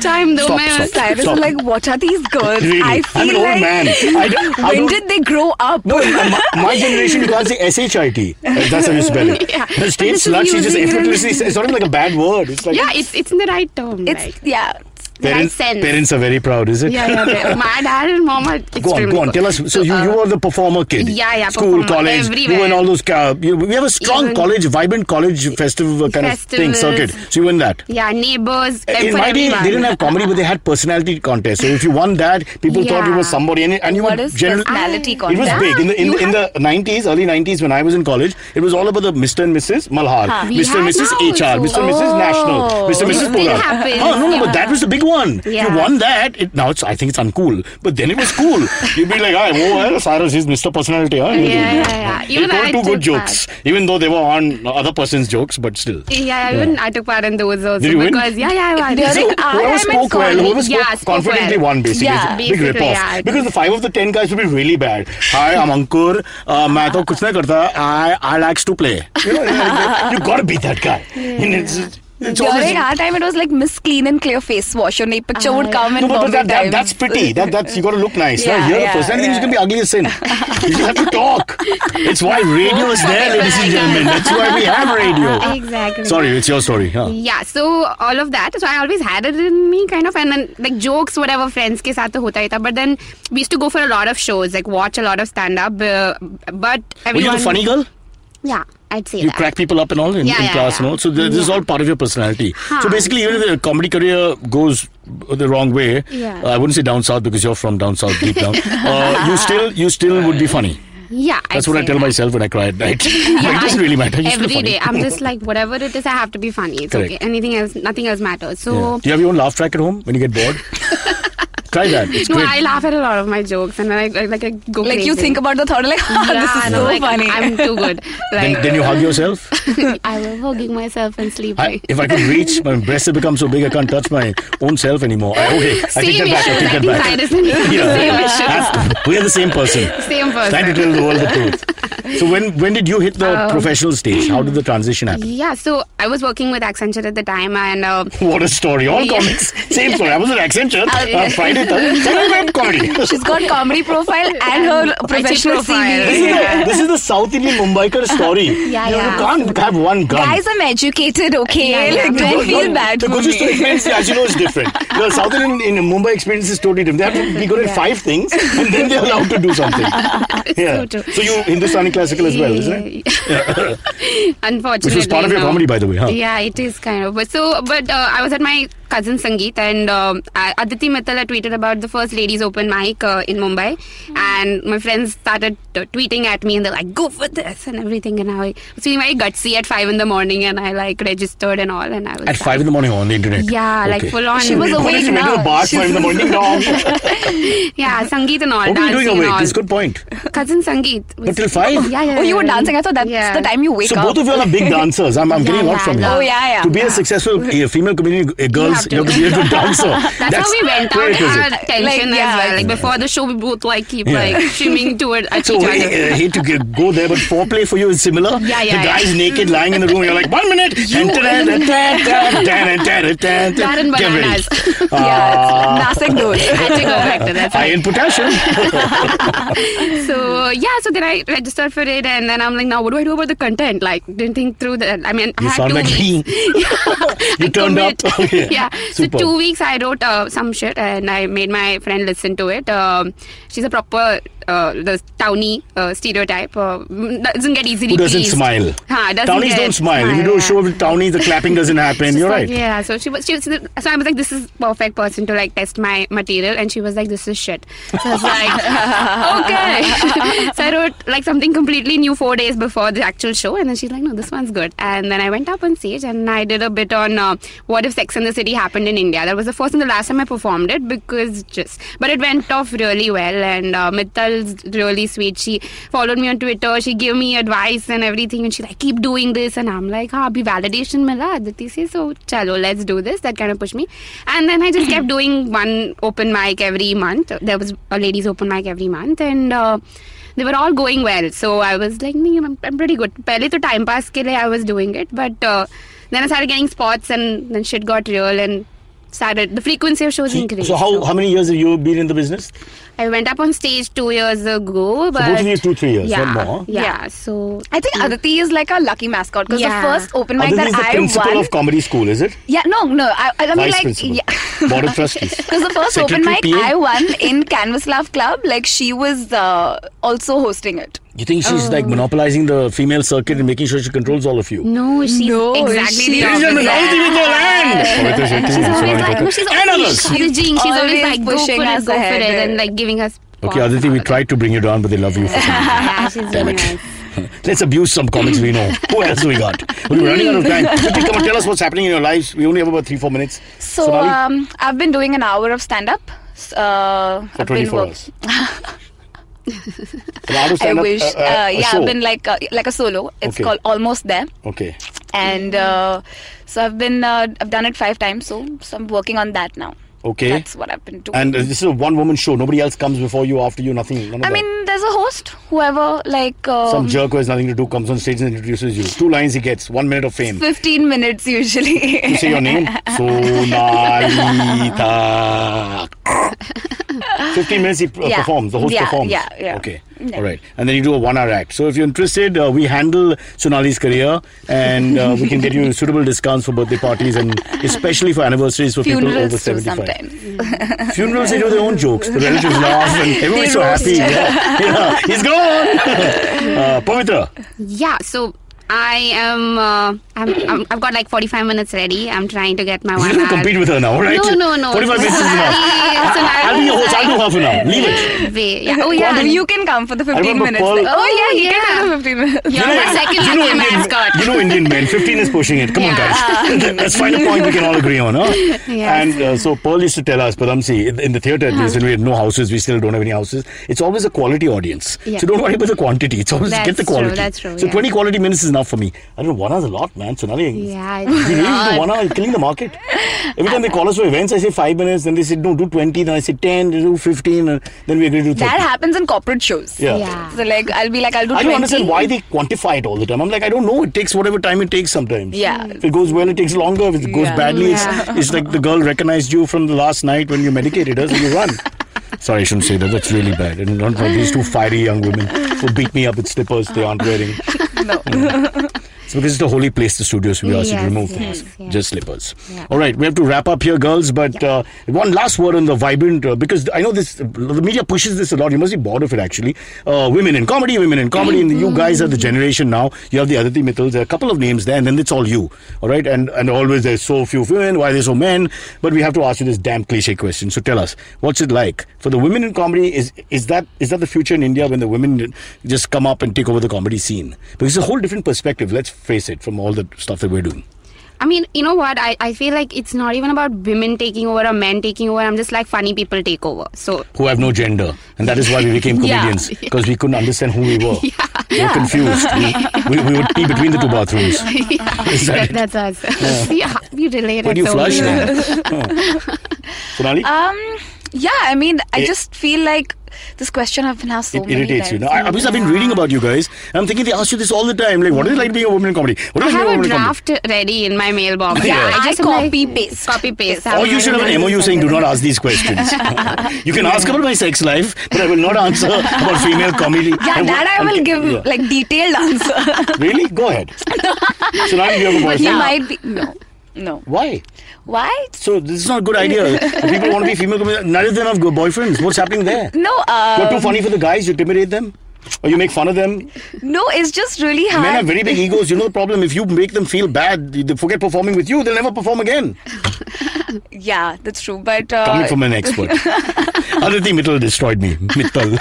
Speaker 5: Time though,
Speaker 2: Stop,
Speaker 5: my
Speaker 2: stop.
Speaker 4: Cyrus
Speaker 2: Stop.
Speaker 4: was like, what are these girls?
Speaker 2: Really,
Speaker 4: I
Speaker 2: I'm an
Speaker 4: feel
Speaker 2: old
Speaker 4: like
Speaker 2: man. I don't- I
Speaker 4: when
Speaker 2: don't-
Speaker 4: did they grow up?
Speaker 2: No, in my, my generation, you can't say S-H-I-T. That's how you spell it.
Speaker 5: Yeah.
Speaker 2: The state
Speaker 5: This is
Speaker 2: slut, she just
Speaker 5: using it in-
Speaker 2: effortlessly... It's not even like a bad word. It's like...
Speaker 5: Yeah, it's it's in the right term.
Speaker 4: It's
Speaker 5: like,
Speaker 4: yeah.
Speaker 5: the right
Speaker 2: parents,
Speaker 5: sense.
Speaker 2: parents are very proud, is it?
Speaker 5: Yeah, yeah. they- oh, my dad and mom
Speaker 2: Go
Speaker 5: are.
Speaker 2: on,
Speaker 5: extremely
Speaker 2: go on.
Speaker 5: good.
Speaker 2: Tell us. So, you,
Speaker 5: uh,
Speaker 2: you were the performer kid.
Speaker 5: Yeah, yeah,
Speaker 2: School,
Speaker 5: performer,
Speaker 2: college. You were in
Speaker 5: everywhere.
Speaker 2: all those. Uh, you, we have a strong
Speaker 5: Even-
Speaker 2: college, vibrant college festive uh, kind of thing
Speaker 5: Festivals.
Speaker 2: circuit. So you were in that.
Speaker 5: Yeah, neighbors. uh,
Speaker 2: In
Speaker 5: for
Speaker 2: my day,
Speaker 5: everyone.
Speaker 2: they Eh, didn't have comedy, but they had personality contests. So if you won that, people thought you
Speaker 5: Yeah.
Speaker 2: were somebody, and, and you
Speaker 4: What
Speaker 2: were
Speaker 4: is
Speaker 2: generally.
Speaker 4: personality
Speaker 2: It was
Speaker 4: contest?
Speaker 2: big in the in,
Speaker 5: You
Speaker 2: the, in the 90s, early 90s when I was in college. It was all about the Mr. and Mrs. Malhar,
Speaker 5: We
Speaker 2: Mr. and
Speaker 5: had
Speaker 2: Mrs.
Speaker 5: now
Speaker 2: HR, Mr.
Speaker 5: also.
Speaker 2: and Mrs. National, Mr. and
Speaker 5: It
Speaker 2: Mrs.
Speaker 5: still
Speaker 2: Polar.
Speaker 5: happens,
Speaker 2: Oh, no, no, but
Speaker 5: yeah.
Speaker 2: that was the big one.
Speaker 5: Yeah.
Speaker 2: You won that. It, now it's I think it's uncool, but then it was cool. You'd be like, "Ah, oh, well, Cyrus is Mr. Personality." Huh?
Speaker 5: Yeah, yeah, yeah.
Speaker 2: He
Speaker 5: Even
Speaker 2: told
Speaker 5: I
Speaker 2: two good
Speaker 5: took part.
Speaker 2: jokes, even though they were on other person's jokes, but still.
Speaker 5: Yeah, yeah, even I took part in those also
Speaker 2: you win?
Speaker 5: because yeah, yeah, uh, I won.
Speaker 2: So, whoever spoke well, whoever spoke
Speaker 5: yeah, spoke
Speaker 2: confidently
Speaker 5: well.
Speaker 2: won basically.
Speaker 4: Yeah.
Speaker 2: It's a big
Speaker 5: Basically,
Speaker 2: ripoff.
Speaker 5: yeah.
Speaker 2: Because the five of the ten guys would be really bad. Hi, I'm Ankur. Uh, मैं तो कुछ नहीं करता. I I likes to play. You know, you gotta beat that guy. And it's, it's always,
Speaker 4: During our time, it was like Miss Clean and Clear Face Wash. Your name picture
Speaker 5: Ah,
Speaker 4: would come
Speaker 2: no,
Speaker 4: and
Speaker 2: but, but that, that, that's pretty. That that's you got to look nice.
Speaker 4: Yeah,
Speaker 2: right? Here,
Speaker 4: yeah,
Speaker 2: the personality is
Speaker 4: yeah.
Speaker 2: going to be ugly as sin. You just have to talk. It's why radio is there, ladies and gentlemen. That's why we have radio.
Speaker 5: Exactly.
Speaker 2: Sorry, it's your story. Huh?
Speaker 5: Yeah, so all of that. So I always had it in me, kind of, and then like jokes, whatever friends ke saath to hota hi tha. But then we used to go for a lot of shows, like watch a lot of stand up. Uh, but
Speaker 2: Were
Speaker 5: everyone,
Speaker 2: you the funny girl?
Speaker 5: Yeah, I'd say
Speaker 2: you
Speaker 5: that.
Speaker 2: crack people up and all in,
Speaker 5: Yeah,
Speaker 2: in
Speaker 5: yeah,
Speaker 2: class
Speaker 5: yeah.
Speaker 2: and all. So th- this is all part of your personality. So
Speaker 5: Huh.
Speaker 2: basically, even if the comedy career goes the wrong way,
Speaker 5: Yeah.
Speaker 2: uh, I wouldn't say down south because you're from down south deep down. Uh, you still, you still would be funny.
Speaker 5: yeah,
Speaker 2: That's
Speaker 5: I'd
Speaker 2: what I
Speaker 5: say
Speaker 2: tell
Speaker 5: that.
Speaker 2: myself when I cry at night.
Speaker 5: Yeah,
Speaker 2: it doesn't
Speaker 5: I-
Speaker 2: really matter. You're still
Speaker 5: every
Speaker 2: funny.
Speaker 5: day, I'm just like whatever it is, I have to be funny. It's
Speaker 2: Correct.
Speaker 5: okay. Anything else, nothing else matters. So
Speaker 2: Yeah. Do you have your own laugh track at home when you get bored? Try that. It's
Speaker 5: no,
Speaker 2: great.
Speaker 5: I laugh at a lot of my jokes, and then I, I like I go
Speaker 4: Like you
Speaker 5: crazy.
Speaker 4: think about the thought, like "Ah,
Speaker 5: Yeah,
Speaker 4: this is
Speaker 5: and
Speaker 4: so
Speaker 5: I'm like,
Speaker 4: funny.
Speaker 5: I'm too good. Like,
Speaker 2: then, then you hug yourself.
Speaker 5: I was hugging myself and sleeping.
Speaker 2: I, if I could reach, my breasts have become so big I can't touch my own self anymore. I, okay, I take
Speaker 5: same
Speaker 2: that back. I
Speaker 5: issues.
Speaker 2: take
Speaker 5: I
Speaker 2: that
Speaker 5: think
Speaker 2: back.
Speaker 5: Cyrus and me have the
Speaker 2: Yeah.
Speaker 5: same issues.
Speaker 2: That's- we are the same person.
Speaker 5: Same person.
Speaker 2: Trying to tell the world the truth. So when when did you hit the professional stage? How did the transition happen?
Speaker 5: Yeah, so I was working with Accenture at the time, and uh,
Speaker 2: What a story! All
Speaker 5: Yeah.
Speaker 2: comics, same story. I was at Accenture uh, Friday, Thursday, Saturday night comedy.
Speaker 4: She's got comedy profile and her professional
Speaker 5: profile.
Speaker 4: CV.
Speaker 2: This is, the, this is the South Indian Mumbaikar story.
Speaker 5: Yeah,
Speaker 2: you, know,
Speaker 5: yeah.
Speaker 2: you can't have one gun.
Speaker 4: Guys, I'm educated, okay?
Speaker 5: Yeah, yeah.
Speaker 4: Like,
Speaker 2: The
Speaker 4: don't
Speaker 2: Gu-
Speaker 4: feel
Speaker 2: no,
Speaker 4: bad
Speaker 2: The
Speaker 4: for
Speaker 2: Gujarat
Speaker 4: me.
Speaker 2: experience, as you know, is different. The South Indian in Mumbai experience is totally different. They have to be good at five things, and then they're allowed to do something. yeah.
Speaker 5: so true.
Speaker 2: you Hindustani classical as well, isn't it?
Speaker 5: unfortunately,
Speaker 2: Which was part of your
Speaker 5: no.
Speaker 2: comedy, by the way, huh?
Speaker 5: Yeah, it is kind of. But so, but uh, I was at my cousin Sangeet, and um, I- Aditi Mittal tweeted about the first ladies open mic uh, in Mumbai,
Speaker 4: Hmm.
Speaker 5: and my friends started uh, tweeting at me, and they're like, "Go for this" and everything. And I was feeling very gutsy at five in the morning, and I like registered and all, and I was
Speaker 2: At five in the morning on the internet.
Speaker 5: Yeah, like
Speaker 2: Okay.
Speaker 5: full on.
Speaker 4: She was
Speaker 2: What
Speaker 4: awake
Speaker 2: is the middle
Speaker 4: now.
Speaker 2: of bar at five in the morning? No. what
Speaker 5: Yeah, Sangeet and all.
Speaker 2: are you doing
Speaker 5: dancing and
Speaker 2: awake?
Speaker 5: all.
Speaker 2: That's a good point.
Speaker 5: Cousin Sangeet. was-
Speaker 2: But till five?
Speaker 5: Yeah, yeah.
Speaker 4: Oh, you were
Speaker 5: yeah.
Speaker 4: dancing. I thought that's
Speaker 5: Yeah.
Speaker 4: the time you wake
Speaker 2: So
Speaker 4: up.
Speaker 2: both of you all are big dancers. I'm, I'm
Speaker 5: Yeah,
Speaker 2: getting a lot
Speaker 5: yeah,
Speaker 2: from you.
Speaker 5: yeah.
Speaker 4: Oh, yeah, yeah.
Speaker 2: To be a successful uh, female comedian, uh, girls,
Speaker 5: have to.
Speaker 2: you have to be a good dancer. That's,
Speaker 5: That's, how we went out.
Speaker 2: prerequisite.
Speaker 5: Our tension
Speaker 4: Like, yeah.
Speaker 5: as well. Like before the show, we both like keep
Speaker 2: Yeah.
Speaker 5: like shimming toward at
Speaker 2: So
Speaker 5: each
Speaker 2: I uh,
Speaker 5: other.
Speaker 2: hate to get, go there, but foreplay for you is similar.
Speaker 5: Yeah, yeah,
Speaker 2: The
Speaker 5: yeah.
Speaker 2: guy's naked, lying in the room. You're like, one minute. and ta-da, da- da- da- da- da- da- da- da-
Speaker 5: That and
Speaker 2: Get ready.
Speaker 5: bananas.
Speaker 2: Ah.
Speaker 4: Yeah, it's Nasak Dole.
Speaker 5: I had to go back to that.
Speaker 2: Iron potassium.
Speaker 5: So yeah, so then I registered for it, and then I'm like, now what do I do about the content? Like, didn't think through that. I mean, I
Speaker 2: You
Speaker 5: had
Speaker 2: sound
Speaker 5: two
Speaker 2: like he.
Speaker 5: weeks. Yeah.
Speaker 2: You
Speaker 5: I
Speaker 2: turned up.
Speaker 5: commit.
Speaker 2: Okay.
Speaker 5: yeah.
Speaker 2: Super.
Speaker 5: So two weeks I wrote uh, some shit, and I made my friend listen to it. Um, she's a proper uh, the townie uh, stereotype. Uh, doesn't get easily
Speaker 2: Who doesn't
Speaker 5: pleased.
Speaker 2: smile?
Speaker 5: Huh, doesn't
Speaker 2: Townies
Speaker 5: get-
Speaker 2: don't smile. If you
Speaker 5: smile,
Speaker 2: do a
Speaker 5: yeah.
Speaker 2: show with townies, the clapping doesn't happen.
Speaker 5: She's
Speaker 2: You're
Speaker 5: like,
Speaker 2: right.
Speaker 5: Yeah. So she was. She was. So I was like, this is perfect person to like test my material, and she was like, this is shit. So I was like, okay. so I wrote like something completely new four days before the actual show, and then she's like, no, this one's good. And then I went up on stage and I did a bit on uh, what if Sex in the City happened in India. That was the first and the last time I performed it because just. But it went off really well, and uh, Mittal's really sweet. She followed me on Twitter. She gave me advice and everything, and she's like, keep doing this, and I'm like, ha, abhi validation mila Aditi se, so chalo, let's do this. That kind of pushed me, and then I just kept doing one open mic every month. There was a ladies open mic every month, and. Uh, they were all going well, so I was like, "Nee, I'm, I'm pretty good." Pehle to time pass ke liye I was doing it, but uh, then I started getting spots, and then shit got real, and started the frequency of shows increased.
Speaker 2: So how, how many years have you been in the business?
Speaker 5: I went up on stage two years ago, but
Speaker 2: of you two, three years, not
Speaker 5: yeah,
Speaker 2: more.
Speaker 5: Yeah,
Speaker 4: Yeah.
Speaker 5: so
Speaker 4: I think Aditi is like our lucky mascot because
Speaker 5: Yeah.
Speaker 4: the first open mic
Speaker 2: Aditi
Speaker 4: that
Speaker 2: is the
Speaker 4: I
Speaker 2: principal
Speaker 4: won.
Speaker 2: of comedy school, is it?
Speaker 4: yeah, no, no. I, I mean,
Speaker 2: Vice
Speaker 4: like,
Speaker 2: principal.
Speaker 4: yeah.
Speaker 2: Board of trustees.
Speaker 4: Because the first open
Speaker 2: Secretary
Speaker 4: mic
Speaker 2: PA?
Speaker 4: I won in Canvas Love Club, like she was uh, also hosting it.
Speaker 2: You think she's like monopolizing the female circuit and making sure she controls all of you?
Speaker 5: Oh. no, she's
Speaker 4: No,
Speaker 5: exactly
Speaker 4: she-
Speaker 5: the
Speaker 2: Ladies and gentlemen, all the people
Speaker 5: opposite.
Speaker 2: and-
Speaker 5: She's always like, no, she's
Speaker 2: And
Speaker 5: always
Speaker 2: others.
Speaker 5: encouraging. She's always
Speaker 4: Always
Speaker 5: like, go
Speaker 4: pushing
Speaker 5: for
Speaker 4: us
Speaker 5: it, go for
Speaker 4: ahead.
Speaker 5: it, and like giving us.
Speaker 2: Okay,
Speaker 5: props
Speaker 2: Aditi,
Speaker 5: and
Speaker 2: we
Speaker 5: all
Speaker 2: tried to bring you down, but they love you. For some reason.
Speaker 5: that. Yeah, she's
Speaker 2: Damn
Speaker 5: really
Speaker 2: it.
Speaker 5: nice.
Speaker 2: Let's abuse some comics we know. Who else do we got? We're running out of time. Quickly, come on, tell us what's happening in your lives. We only have about three, four minutes.
Speaker 4: So
Speaker 2: Sonali,
Speaker 4: um, I've been doing an hour of stand up. Uh,
Speaker 2: for
Speaker 4: I've been
Speaker 2: 24
Speaker 4: work-
Speaker 2: hours. An hour to
Speaker 4: I
Speaker 2: stand up,
Speaker 4: wish.
Speaker 2: uh, uh, a
Speaker 4: yeah,
Speaker 2: show.
Speaker 4: I've been like uh, like a solo. It's
Speaker 2: Okay.
Speaker 4: called Almost There.
Speaker 2: Okay.
Speaker 4: and uh, so I've been uh, I've done it five times, so so I'm working on that now.
Speaker 2: Okay.
Speaker 4: that's what I've been doing.
Speaker 2: And uh, this is a one woman show. Nobody else comes before you, after you, nothing. None of
Speaker 4: I
Speaker 2: that.
Speaker 4: mean, there's a host, whoever like
Speaker 2: Some
Speaker 4: um,
Speaker 2: jerk who has nothing to do comes on stage and introduces you. Two lines he gets, one minute of fame.
Speaker 4: 15 minutes usually.
Speaker 2: You say your name. Sonalita. 15 minutes he p-
Speaker 4: Yeah.
Speaker 2: performs, the host
Speaker 4: Yeah,
Speaker 2: performs.
Speaker 4: yeah, yeah.
Speaker 2: Okay,
Speaker 4: Yeah.
Speaker 2: all right. And then you do a one hour act. So if you're interested, uh, we handle Sonali's career and uh, we can get you suitable discounts for birthday parties and especially for anniversaries for people over
Speaker 4: Funerals too
Speaker 2: 75.
Speaker 4: sometimes.
Speaker 2: Funerals, they do their own jokes. The relatives laugh and everyone's so
Speaker 4: roast.
Speaker 2: happy. Yeah. Yeah. He's gone. uh, Pavitra,
Speaker 5: Yeah, so I am uh, I'm, I'm, I've got like 45 minutes ready. I'm trying to get my
Speaker 2: You're
Speaker 5: one.
Speaker 2: gonna
Speaker 5: hour.
Speaker 2: compete with her now, right?
Speaker 5: No, no, no.
Speaker 2: 45 minutes is enough.
Speaker 5: Sorry, so now
Speaker 2: I'll be your host. I'll
Speaker 5: like-
Speaker 2: do half an hour. Leave it.
Speaker 5: Way- yeah. Oh, yeah.
Speaker 4: And you can come for the 15
Speaker 2: remember
Speaker 4: minutes.
Speaker 2: Paul-
Speaker 4: then. oh, yeah, you
Speaker 5: yeah.
Speaker 4: can come for 15 minutes.
Speaker 5: You're my second
Speaker 2: you
Speaker 5: lucky
Speaker 2: know,
Speaker 5: man,
Speaker 2: Indian,
Speaker 5: Scott.
Speaker 2: you know Indian men. 15 is pushing it. Come on, guys. Let's find a point we can all agree on. Huh? And uh, so Pearl used to tell us, Padamsi, in- in the theatre, at least when we had no houses, we still don't have any houses. It's always a quality audience.
Speaker 5: Yeah.
Speaker 2: So don't worry about the quantity. It's always get
Speaker 5: That's
Speaker 2: the
Speaker 5: true,
Speaker 2: quality.
Speaker 5: that's true,
Speaker 2: So
Speaker 5: yeah.
Speaker 2: 20 quality minutes is enough for me. I don't know, one hour's a lot, man. So Sonali,
Speaker 5: Yeah,
Speaker 2: we
Speaker 5: it's a
Speaker 2: really
Speaker 5: lot.
Speaker 2: do one hour, you're killing the market. Every time they call us for events, I say five minutes. Then they say, no, do 20. Then I say 10, they do 15. And then we agree to 30.
Speaker 4: That happens in corporate shows.
Speaker 2: Yeah.
Speaker 5: Yeah.
Speaker 4: So, like, I'll be like, I'll do
Speaker 2: I
Speaker 4: 20.
Speaker 2: don't understand why they quantify it all the time. I'm like, I don't know. It takes whatever time it takes sometimes.
Speaker 4: Yeah.
Speaker 2: If it goes well, it takes longer. If it goes
Speaker 4: Yeah.
Speaker 2: badly,
Speaker 5: Yeah.
Speaker 2: it's, it's like the girl recognized you from the last night when you medicated her, so you run. Sorry, I shouldn't say that. That's really bad. And not for these two fiery young women who beat me up with slippers they aren't wearing.
Speaker 4: No.
Speaker 2: It's because it's the holy place, the studios. We ask you to
Speaker 5: Yes,
Speaker 2: remove
Speaker 5: yes,
Speaker 2: things,
Speaker 5: yeah.
Speaker 2: just slippers.
Speaker 5: Yeah.
Speaker 2: All right, we have to wrap up here, girls. But uh, one last word on the vibrant, uh, because I know this, the media pushes this a lot. You must be bored of it, actually. Uh, women in comedy, women in comedy, and you guys are the generation now. You have the Aditi Mittals, there are a couple of names there, and then it's all you. All right, and and always there's so few women. Why there's so men? But we have to ask you this damn cliche question. So tell us, what's it like for the women in comedy? Is is that is that the future in India when the women just come up and take over the comedy scene? Because it's a whole different perspective. Let's face it, from all the stuff that we're doing.
Speaker 5: I mean, you know what? I, I feel like it's not even about women taking over or men taking over. I'm just like funny people take over. So
Speaker 2: who have no gender, and that is why we became
Speaker 5: Yeah.
Speaker 2: comedians because we couldn't understand who we were. We were confused. We, we, we would pee between the two bathrooms. Is that
Speaker 5: that,
Speaker 2: it?
Speaker 5: that's us. Yeah, we related.
Speaker 2: When you
Speaker 5: so
Speaker 2: flush, then.
Speaker 5: much.
Speaker 2: Oh. Sonali,
Speaker 4: Um, yeah, I mean, I
Speaker 2: It-
Speaker 4: just feel like this question I've been asked so
Speaker 2: it
Speaker 4: many
Speaker 2: irritates
Speaker 4: times.
Speaker 2: you. Now, I, because I've been reading about you guys, and I'm thinking they ask you this all the time. Like, what is it like being a woman in comedy? What
Speaker 5: I
Speaker 2: is it like being
Speaker 5: have a
Speaker 2: woman in comedy?
Speaker 5: draft ready in my mailbox.
Speaker 2: Yeah.
Speaker 4: I just
Speaker 5: am like-
Speaker 4: copy paste.
Speaker 5: Copy paste.
Speaker 2: Or you should have an MOU saying, do not ask these questions. you can ask about my sex life, but I will not answer about female comedy.
Speaker 4: Yeah,
Speaker 2: And
Speaker 4: that
Speaker 2: what-
Speaker 4: I will
Speaker 2: and-
Speaker 4: give
Speaker 2: yeah.
Speaker 4: like detailed answer.
Speaker 2: Really? Go ahead. Sonali, do you have a
Speaker 4: but he
Speaker 2: boyfriend?
Speaker 4: might be no, no.
Speaker 2: Why?
Speaker 4: Why?
Speaker 2: So this is not a good idea. People want to be female comedians. None of them have good boyfriends. What's happening there?
Speaker 4: No. Uh,
Speaker 2: You're too funny for the guys. You intimidate them. Or you make fun of them.
Speaker 4: No, it's just really hard.
Speaker 2: Men have very big egos. You know the problem. If you make them feel bad, they forget performing with you. They'll never perform again.
Speaker 4: Yeah, that's true. But uh,
Speaker 2: Coming from an expert. Aditi Mittal destroyed me. Mittal.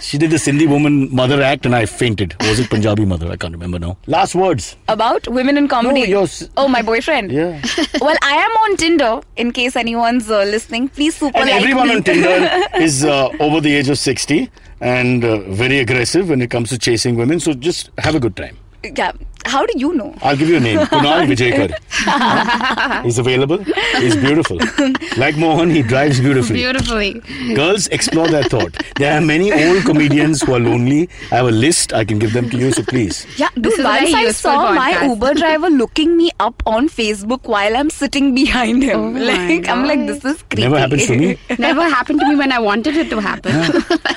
Speaker 2: she did the Sindhi woman mother act, and I fainted. Was it Punjabi mother? I can't remember now. Last words.
Speaker 4: about women in comedy.
Speaker 2: yours-
Speaker 4: Oh, my boyfriend.
Speaker 2: Yeah.
Speaker 4: well, I am on Tinder. In case anyone's uh, listening, please super
Speaker 2: And
Speaker 4: like
Speaker 2: everyone
Speaker 4: me.
Speaker 2: on Tinder is uh, over the age of 60 and uh, very aggressive when it comes to chasing women. So just have a good time.
Speaker 4: yeah. How do you know?
Speaker 2: I'll give you a name. Kunal Vijaykar. He's available. He's beautiful. Like Mohan, he drives beautifully.
Speaker 5: Beautifully.
Speaker 2: Girls, explore that thought. There are many old comedians who are lonely. I have a list. I can give them to you. So please.
Speaker 4: Yeah,
Speaker 5: This
Speaker 4: dude,
Speaker 5: is a
Speaker 4: once
Speaker 5: very
Speaker 4: I
Speaker 5: useful
Speaker 4: saw my
Speaker 5: podcast.
Speaker 4: Uber driver looking me up on Facebook while I'm sitting behind him.
Speaker 5: Oh my
Speaker 4: like, I'm like, this is creepy.
Speaker 2: Never happens to me.
Speaker 5: Never happened to me when I wanted it to happen.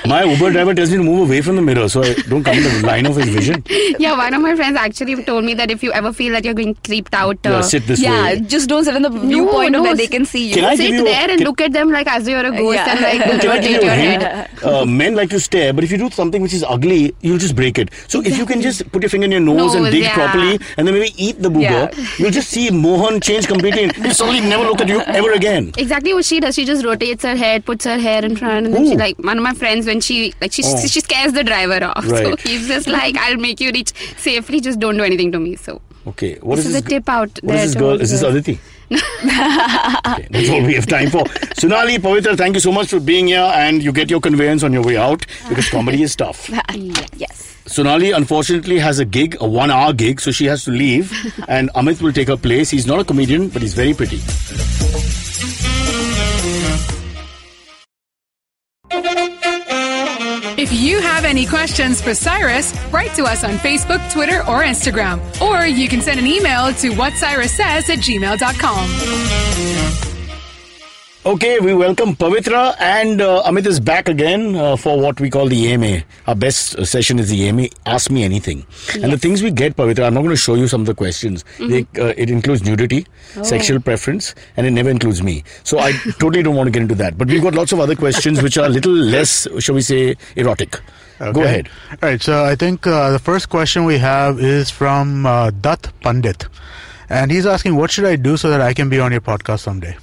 Speaker 2: My Uber driver tells me to move away from the mirror so I don't come in the line of his vision.
Speaker 5: yeah, one of my friends actually told me that if you ever feel that you're getting creeped out, uh,
Speaker 2: Yeah, sit this
Speaker 4: yeah,
Speaker 2: way.
Speaker 4: just don't sit in the viewpoint
Speaker 5: no,
Speaker 4: where
Speaker 5: s-
Speaker 4: they can see you.
Speaker 2: Can I give
Speaker 5: sit
Speaker 2: you a-
Speaker 5: there and
Speaker 2: can-
Speaker 5: look at them like as though you're a ghost
Speaker 4: Yeah.
Speaker 5: and like
Speaker 2: Can I give
Speaker 5: rotate
Speaker 2: you
Speaker 5: your
Speaker 2: a
Speaker 5: head.
Speaker 2: hint? Uh, men like to stare, but if you do something which is ugly, you'll just break it. So if you can just put your finger in your nose, and
Speaker 5: Nose,
Speaker 2: dig
Speaker 5: yeah.
Speaker 2: properly, and then maybe eat the booger,
Speaker 4: Yeah.
Speaker 2: you'll just see Mohan change completely. and he'll suddenly never look at you ever again.
Speaker 5: Exactly what she does. She just rotates her head, puts her hair in front, and then she
Speaker 2: Ooh.
Speaker 5: like one of my friends when she like she
Speaker 2: Oh.
Speaker 5: she scares the driver off. So
Speaker 2: Right.
Speaker 5: he's just like, I'll make you reach safely. Just don't do anything to me. So
Speaker 2: Okay, what
Speaker 5: This
Speaker 2: is
Speaker 5: is a
Speaker 2: this?
Speaker 5: tip out
Speaker 2: What
Speaker 5: there
Speaker 2: is this
Speaker 5: to
Speaker 2: girl? Is this
Speaker 5: observe.
Speaker 2: Aditi? okay, that's all we have time for. Sunali, Pavitra, thank you so much for being here, and you get your conveyance on your way out because comedy is tough.
Speaker 4: Yes.
Speaker 2: Sonali unfortunately has a gig, a one hour gig, so she has to leave. and Amit will take her place. He's not a comedian, but he's very pretty.
Speaker 3: If you have any questions for Cyrus, write to us on Facebook, Twitter, or Instagram. Or you can send an email to whatcyrussays at gmail.com.
Speaker 2: Okay, we welcome Pavitra and uh, Amit is back again uh, for what we call the AMA. Our best uh, session is the AMA. Ask me anything. And the things we get, Pavitra, I'm not going to show you some of the questions. They, uh, it includes nudity, sexual preference, and it never includes me. So I totally don't want to get into that. But we've got lots of other questions which are a little less, shall we say, erotic. Go
Speaker 6: Okay.
Speaker 2: ahead.
Speaker 6: All right. So I think uh, the first question we have is from uh, Dutt Pandit, and he's asking, "What should I do so that I can be on your podcast someday?"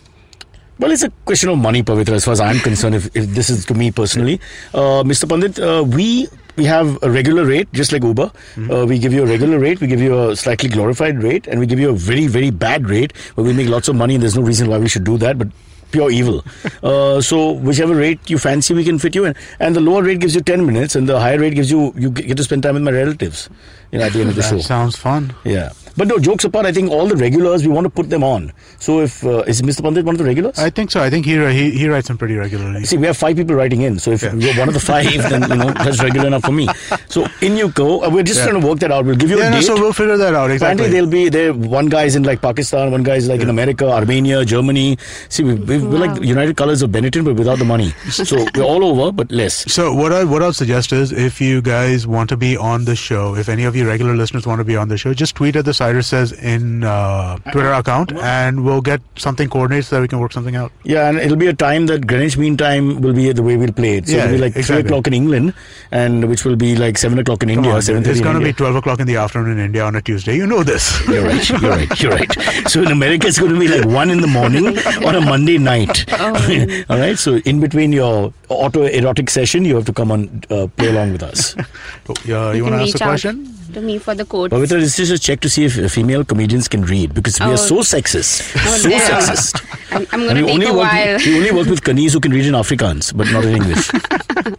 Speaker 2: Well, it's a question of money, Pavitra, as far as I'm concerned, if, if this is to me personally. Uh, Mr. Pandit, uh, we we have a regular rate, just like Uber.
Speaker 6: Mm-hmm.
Speaker 2: Uh, we give you a regular rate, we give you a slightly glorified rate, and we give you a very, very bad rate where we make lots of money, and there's no reason why we should do that, but pure evil. Uh, so, whichever rate you fancy, we can fit you in. And the lower rate gives you 10 minutes, and the higher rate gives you, you get to spend time with my relatives you know, at the end of the show.
Speaker 6: That sounds fun.
Speaker 2: yeah. But no, jokes apart, I think all the regulars, we want to put them on. So, if uh, is Mr. Pandit one of the regulars?
Speaker 6: I think so. I think he he, he writes them pretty regularly.
Speaker 2: See, we have five people writing in. So if you're one of the five, then you know that's regular enough for me. So in you go. Uh, We're just
Speaker 6: Yeah.
Speaker 2: trying to work that out. We'll give you
Speaker 6: Yeah,
Speaker 2: a
Speaker 6: no,
Speaker 2: date.
Speaker 6: so we'll figure that out.
Speaker 2: Apparently,
Speaker 6: Exactly.
Speaker 2: they'll be there. One guy is in like Pakistan. One guy is like in America, Armenia, Germany. See, we, we, we're like the United Colors of Benetton, but without the money. so we're all over, but less.
Speaker 6: So what I what I'll suggest is if you guys want to be on the show, if any of you regular listeners want to be on the show, just tweet at the Cyrus says in uh, Twitter account, and we'll get something coordinated so that we can work something out.
Speaker 2: Yeah, and it'll be a time that Greenwich Mean Time will be the way we'll play it. So
Speaker 6: Yeah,
Speaker 2: it'll be like
Speaker 6: exactly.
Speaker 2: three o'clock in England, and which will be like seven o'clock in
Speaker 6: Come
Speaker 2: India.
Speaker 6: on,
Speaker 2: seven
Speaker 6: it's
Speaker 2: going
Speaker 6: going to be twelve o'clock in the afternoon in India on a Tuesday. You know this.
Speaker 2: You're right. You're right. You're right. So in America, it's going to be like one in the morning on a Monday night.
Speaker 5: Oh.
Speaker 2: All right. So in between your auto erotic session, you have to come and uh, play along with us.
Speaker 6: Oh, yeah, you,
Speaker 5: You can
Speaker 6: want to ask a
Speaker 5: reach out
Speaker 6: question?
Speaker 5: to me for the quote.
Speaker 2: Pavitra, this is just a check to see if uh, female comedians can read because we are so
Speaker 5: Oh.
Speaker 2: sexist,
Speaker 5: Oh,
Speaker 2: so
Speaker 5: damn.
Speaker 2: sexist.
Speaker 5: I'm, I'm
Speaker 2: And
Speaker 5: gonna take a
Speaker 2: work,
Speaker 5: while.
Speaker 2: we only work with Kanese who can read in Afrikaans, but not in English.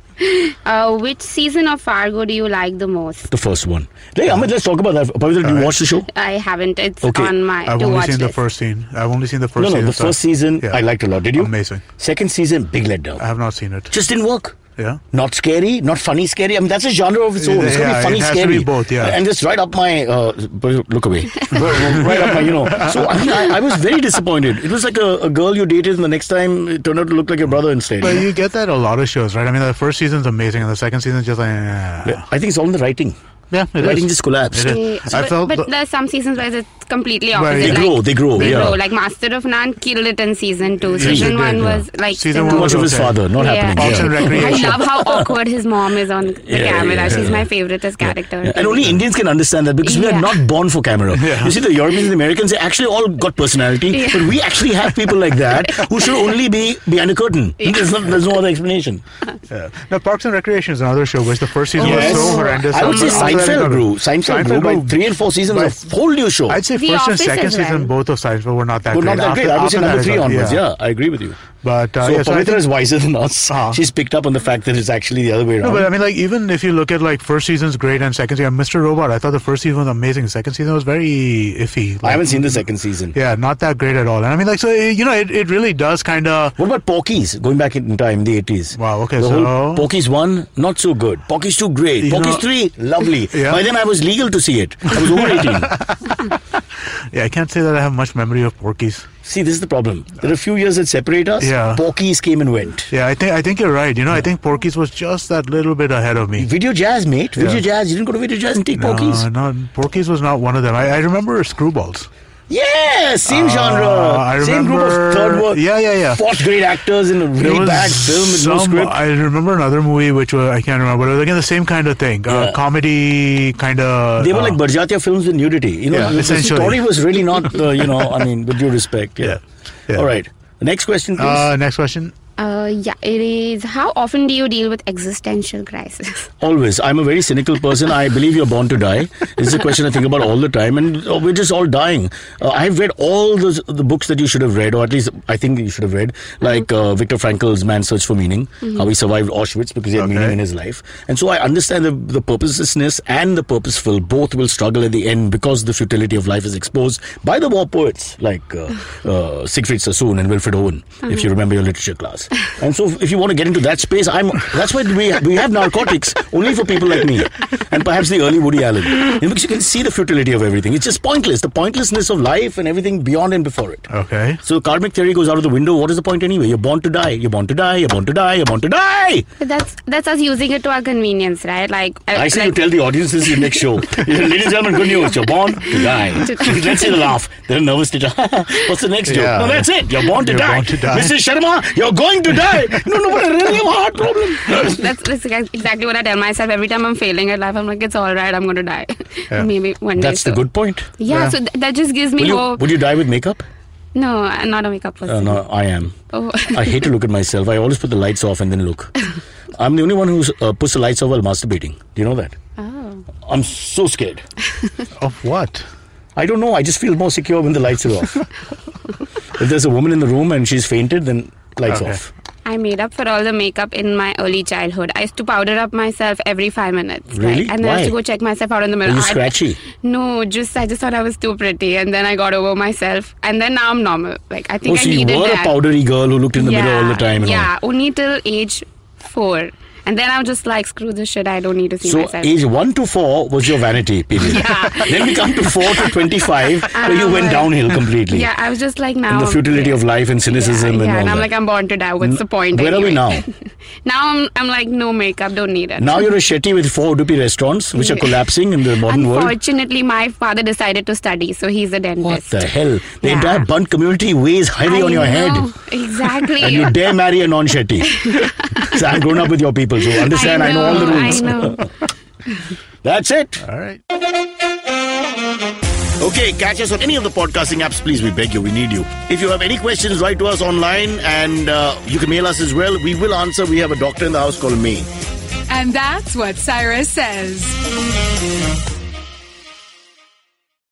Speaker 5: Uh, which season of Fargo do you like the most?
Speaker 2: the first one. Hey, Amit, let's talk about that. Pavitra, do you
Speaker 6: Alright.
Speaker 2: watch the show?
Speaker 5: I haven't. It's
Speaker 2: Okay.
Speaker 5: on my
Speaker 6: I've
Speaker 5: to
Speaker 6: only
Speaker 5: watch
Speaker 6: seen the
Speaker 5: list.
Speaker 6: first scene. I've only seen the first
Speaker 2: No, no.
Speaker 6: season.
Speaker 2: The
Speaker 6: so-
Speaker 2: first season
Speaker 6: Yeah.
Speaker 2: I liked a lot. Did you?
Speaker 6: Amazing.
Speaker 2: Second season, big letdown.
Speaker 6: I have not seen it.
Speaker 2: just didn't work.
Speaker 6: Yeah.
Speaker 2: Not scary, not funny scary. I mean, that's a genre of its own. It's
Speaker 6: Yeah,
Speaker 2: gonna be
Speaker 6: it
Speaker 2: funny
Speaker 6: has to
Speaker 2: scary.
Speaker 6: be both, yeah.
Speaker 2: And just right up my uh, but look away, right up my you know. So I mean, I, I was very disappointed. It was like a, a girl you dated, and the next time it turned out to look like your brother instead.
Speaker 6: But you get that a lot of shows, right? I mean, the first season's amazing, and the second season's just like, eh. yeah,
Speaker 2: I think it's all in the writing.
Speaker 6: it
Speaker 2: The writing
Speaker 6: is.
Speaker 2: just collapsed.
Speaker 6: It is.
Speaker 5: Okay,
Speaker 6: I
Speaker 5: but,
Speaker 6: felt
Speaker 5: but
Speaker 6: the-
Speaker 5: there's some seasons where it's completely
Speaker 6: Where
Speaker 5: opposite.
Speaker 6: they
Speaker 5: like,
Speaker 2: grow, they grow,
Speaker 5: They
Speaker 2: yeah.
Speaker 5: grow. Like Master of None killed it in season two.
Speaker 6: Yeah,
Speaker 5: season
Speaker 6: they
Speaker 5: one
Speaker 6: did, yeah.
Speaker 5: was like
Speaker 6: Season
Speaker 5: you
Speaker 6: one
Speaker 5: know,
Speaker 2: Too much of his
Speaker 6: Okay.
Speaker 2: father, not
Speaker 5: Yeah.
Speaker 2: happening.
Speaker 6: Parks and
Speaker 5: I
Speaker 6: Recreation.
Speaker 5: love how awkward his mom is on the
Speaker 2: Yeah,
Speaker 5: camera.
Speaker 2: yeah,
Speaker 5: She's
Speaker 6: yeah.
Speaker 5: my favorite as character.
Speaker 2: Yeah, And only Indians can understand that because we are
Speaker 5: Yeah.
Speaker 2: not born for camera.
Speaker 6: Yeah.
Speaker 2: You see, the Europeans and the Americans they actually all got personality, but we actually have people like that who should only be behind a curtain. There's, not, there's no other explanation.
Speaker 6: Yeah. Now, Parks and Recreation is another show which the first season
Speaker 5: Yes.
Speaker 6: was so horrendous.
Speaker 2: I would
Speaker 6: and
Speaker 2: say
Speaker 6: the- after that it
Speaker 2: Seinfeld
Speaker 6: got-
Speaker 2: grew. Seinfeld, grew by three and four seasons
Speaker 6: by-
Speaker 2: of whole new show.
Speaker 6: I'd say
Speaker 5: The
Speaker 6: first and
Speaker 5: Office
Speaker 6: second
Speaker 5: as well.
Speaker 6: season, both of Seinfeld were not that
Speaker 2: But not
Speaker 6: great.
Speaker 2: that
Speaker 6: After-
Speaker 2: great. I would say
Speaker 6: after that
Speaker 2: number
Speaker 6: it
Speaker 2: three
Speaker 6: got-
Speaker 2: onwards. Yeah. I agree with you.
Speaker 6: But uh,
Speaker 2: so
Speaker 6: yeah, so I
Speaker 2: Pavitra
Speaker 6: think-
Speaker 2: is wiser than us.
Speaker 6: Uh-huh.
Speaker 2: She's picked up on the fact that it's actually the other way around.
Speaker 6: No, but I mean, like even if you look at like first season's great and second season, Mr. Robot, I thought the first season was amazing. The second season was very iffy.
Speaker 2: I
Speaker 6: Like,
Speaker 2: haven't seen the second season.
Speaker 6: Yeah, not that great at all. And I mean, like so, eh, you know, it, it really does kind of.
Speaker 2: What about Porky's? Going back in time, the 80s.
Speaker 6: Wow, okay,
Speaker 2: the Whole
Speaker 6: so-
Speaker 2: Porky's 1, not so good. Porky's 2, great.
Speaker 6: You
Speaker 2: Porky's
Speaker 6: know-
Speaker 2: 3, lovely.
Speaker 6: Yeah.
Speaker 2: By then I was legal to see it. I was over 18.
Speaker 6: Yeah, I can't say that I have much memory of Porky's.
Speaker 2: see, this is the problem. There are a few years that separate us.
Speaker 6: Yeah.
Speaker 2: Porky's came and went.
Speaker 6: Yeah, I think I think you're right. You know, I think Porky's was just that little bit ahead of me.
Speaker 2: Video jazz, mate. Video
Speaker 6: Yeah.
Speaker 2: jazz. You didn't go to video jazz and take Porky's.
Speaker 6: No, no, Porky's was not one of them. I, I remember Screwballs.
Speaker 2: Yeah, same genre.
Speaker 6: Uh, I
Speaker 2: same group
Speaker 6: remember-
Speaker 2: of third world.
Speaker 6: Yeah, yeah, yeah.
Speaker 2: Fourth grade actors in a really bad film with no script.
Speaker 6: I remember another movie which was, I can't remember. But it was again the same kind of thing,
Speaker 2: Yeah.
Speaker 6: uh, comedy uh, kind of.
Speaker 2: they were like Barjatia films with nudity. You know,
Speaker 6: Uh-huh. Yeah,
Speaker 2: the- the
Speaker 6: essentially.
Speaker 2: story was really not, the, you know, I mean, with due respect. Yeah.
Speaker 6: Yeah, yeah.
Speaker 2: All right. The next question, please.
Speaker 6: uh, next question.
Speaker 5: Uh, yeah, it is. How often do you deal with existential crisis?
Speaker 2: Always. I'm a very cynical person. I believe you're born to die. This is a question I think about all the time, and uh, we're just all dying. Uh, I've read all those, the books that you should have read, or at least I think you should have read, like uh, Viktor Frankl's Man's Search for Meaning, how he survived Auschwitz because he had meaning
Speaker 6: Mm-hmm. Okay.
Speaker 2: in his life. And so I understand the, the purposelessness and the purposeful both will struggle at the end because the futility of life is exposed by the war poets like uh, uh, Siegfried Sassoon and Wilfred Owen, if you remember your literature class. else. And so, if you want to get into that space, I'm. That's why we we have narcotics only for people like me, and perhaps the early Woody Allen, in which you can see the futility of everything. It's just pointless. The pointlessness of life and everything beyond and before it.
Speaker 6: Okay.
Speaker 2: So karmic theory goes out of the window. What is the point anyway? You're born to die. You're born to die. You're born to die. You're born to die.
Speaker 5: But that's that's us using it to our convenience, right? Like uh,
Speaker 2: I say
Speaker 5: like,
Speaker 2: you tell the audience this is your next show. Ladies and gentlemen, good news. You're born to die. Let's see the laugh. They're nervous to die. What's the next
Speaker 6: Yeah.
Speaker 2: joke? No, that's it. You're born to,
Speaker 6: You're
Speaker 2: die.
Speaker 6: born to die.
Speaker 2: Mrs. Sharma, you're going to die. No, no, but I really have a heart problem.
Speaker 5: that's, that's exactly what I tell myself every time I'm failing at life. I'm like, it's all right. I'm going to die.
Speaker 6: Yeah.
Speaker 5: Maybe one day.
Speaker 2: That's the
Speaker 5: so-
Speaker 2: good point.
Speaker 5: Yeah,
Speaker 6: Yeah.
Speaker 5: so th- that just gives me
Speaker 2: Will you,
Speaker 5: hope.
Speaker 2: would you die with makeup?
Speaker 5: no, I'm not a makeup
Speaker 2: Uh,
Speaker 5: person.
Speaker 2: no, I am.
Speaker 5: Oh.
Speaker 2: I hate to look at myself. I always put the lights off and then look. I'm the only one who uh, puts the lights off while masturbating. Do you know that?
Speaker 5: Oh.
Speaker 2: I'm so scared.
Speaker 6: Of what?
Speaker 2: I don't know. I just feel more secure when the lights are off. if there's a woman in the room and she's fainted, then lights
Speaker 6: Okay.
Speaker 2: off.
Speaker 5: I made up for all the makeup in my early childhood. I used to powder up myself every five minutes.
Speaker 2: Really?
Speaker 5: Right? And then I used to
Speaker 2: Why?
Speaker 5: go check myself out in the
Speaker 2: Are
Speaker 5: mirror.
Speaker 2: you
Speaker 5: I-
Speaker 2: scratchy?
Speaker 5: No, just I just thought I was too pretty, and then I got over myself, and then now I'm normal. Like I
Speaker 2: Oh,
Speaker 5: think
Speaker 2: so
Speaker 5: I
Speaker 2: you
Speaker 5: needed
Speaker 2: were
Speaker 5: that.
Speaker 2: a powdery girl who looked in the
Speaker 5: yeah,
Speaker 2: mirror all the time. And
Speaker 5: yeah, only till age four, and then I'm just like, screw this shit. I don't need to see
Speaker 2: all. So
Speaker 5: myself.
Speaker 2: age 1 to 4 was your vanity period.
Speaker 5: Yeah.
Speaker 2: Then we come to 4 to 25 where you
Speaker 5: Um,
Speaker 2: went downhill completely.
Speaker 5: yeah, I was just like now
Speaker 2: And the
Speaker 5: I'm-
Speaker 2: futility of life and
Speaker 5: Yeah,
Speaker 2: cynicism
Speaker 5: yeah,
Speaker 2: and all
Speaker 5: I'm
Speaker 2: that.
Speaker 5: like I'm born to die. What's the point?
Speaker 2: Where are we
Speaker 5: anyway?
Speaker 2: now?
Speaker 5: now I'm I'm like no makeup, don't need it.
Speaker 2: Now you're a Shetty with four Udupi restaurants, which are
Speaker 5: Yeah.
Speaker 2: collapsing in the modern world.
Speaker 5: Unfortunately, my father decided to study, so he's a dentist.
Speaker 2: What the hell? The
Speaker 5: Yeah.
Speaker 2: entire Bunt community weighs heavy
Speaker 5: I
Speaker 2: on your
Speaker 5: know,
Speaker 2: head.
Speaker 5: Exactly.
Speaker 2: And you dare marry a non Shetty. so I'm grown up with your people, so understand I know, all the rules.
Speaker 5: I know.
Speaker 2: That's it.
Speaker 6: All right.
Speaker 2: Okay, catch us on any of the podcasting apps, please. We beg you, we need you. If you have any questions, write to us online and uh, you can mail us as well. We will answer. We have a doctor in the house called May.
Speaker 3: And that's what Cyrus says.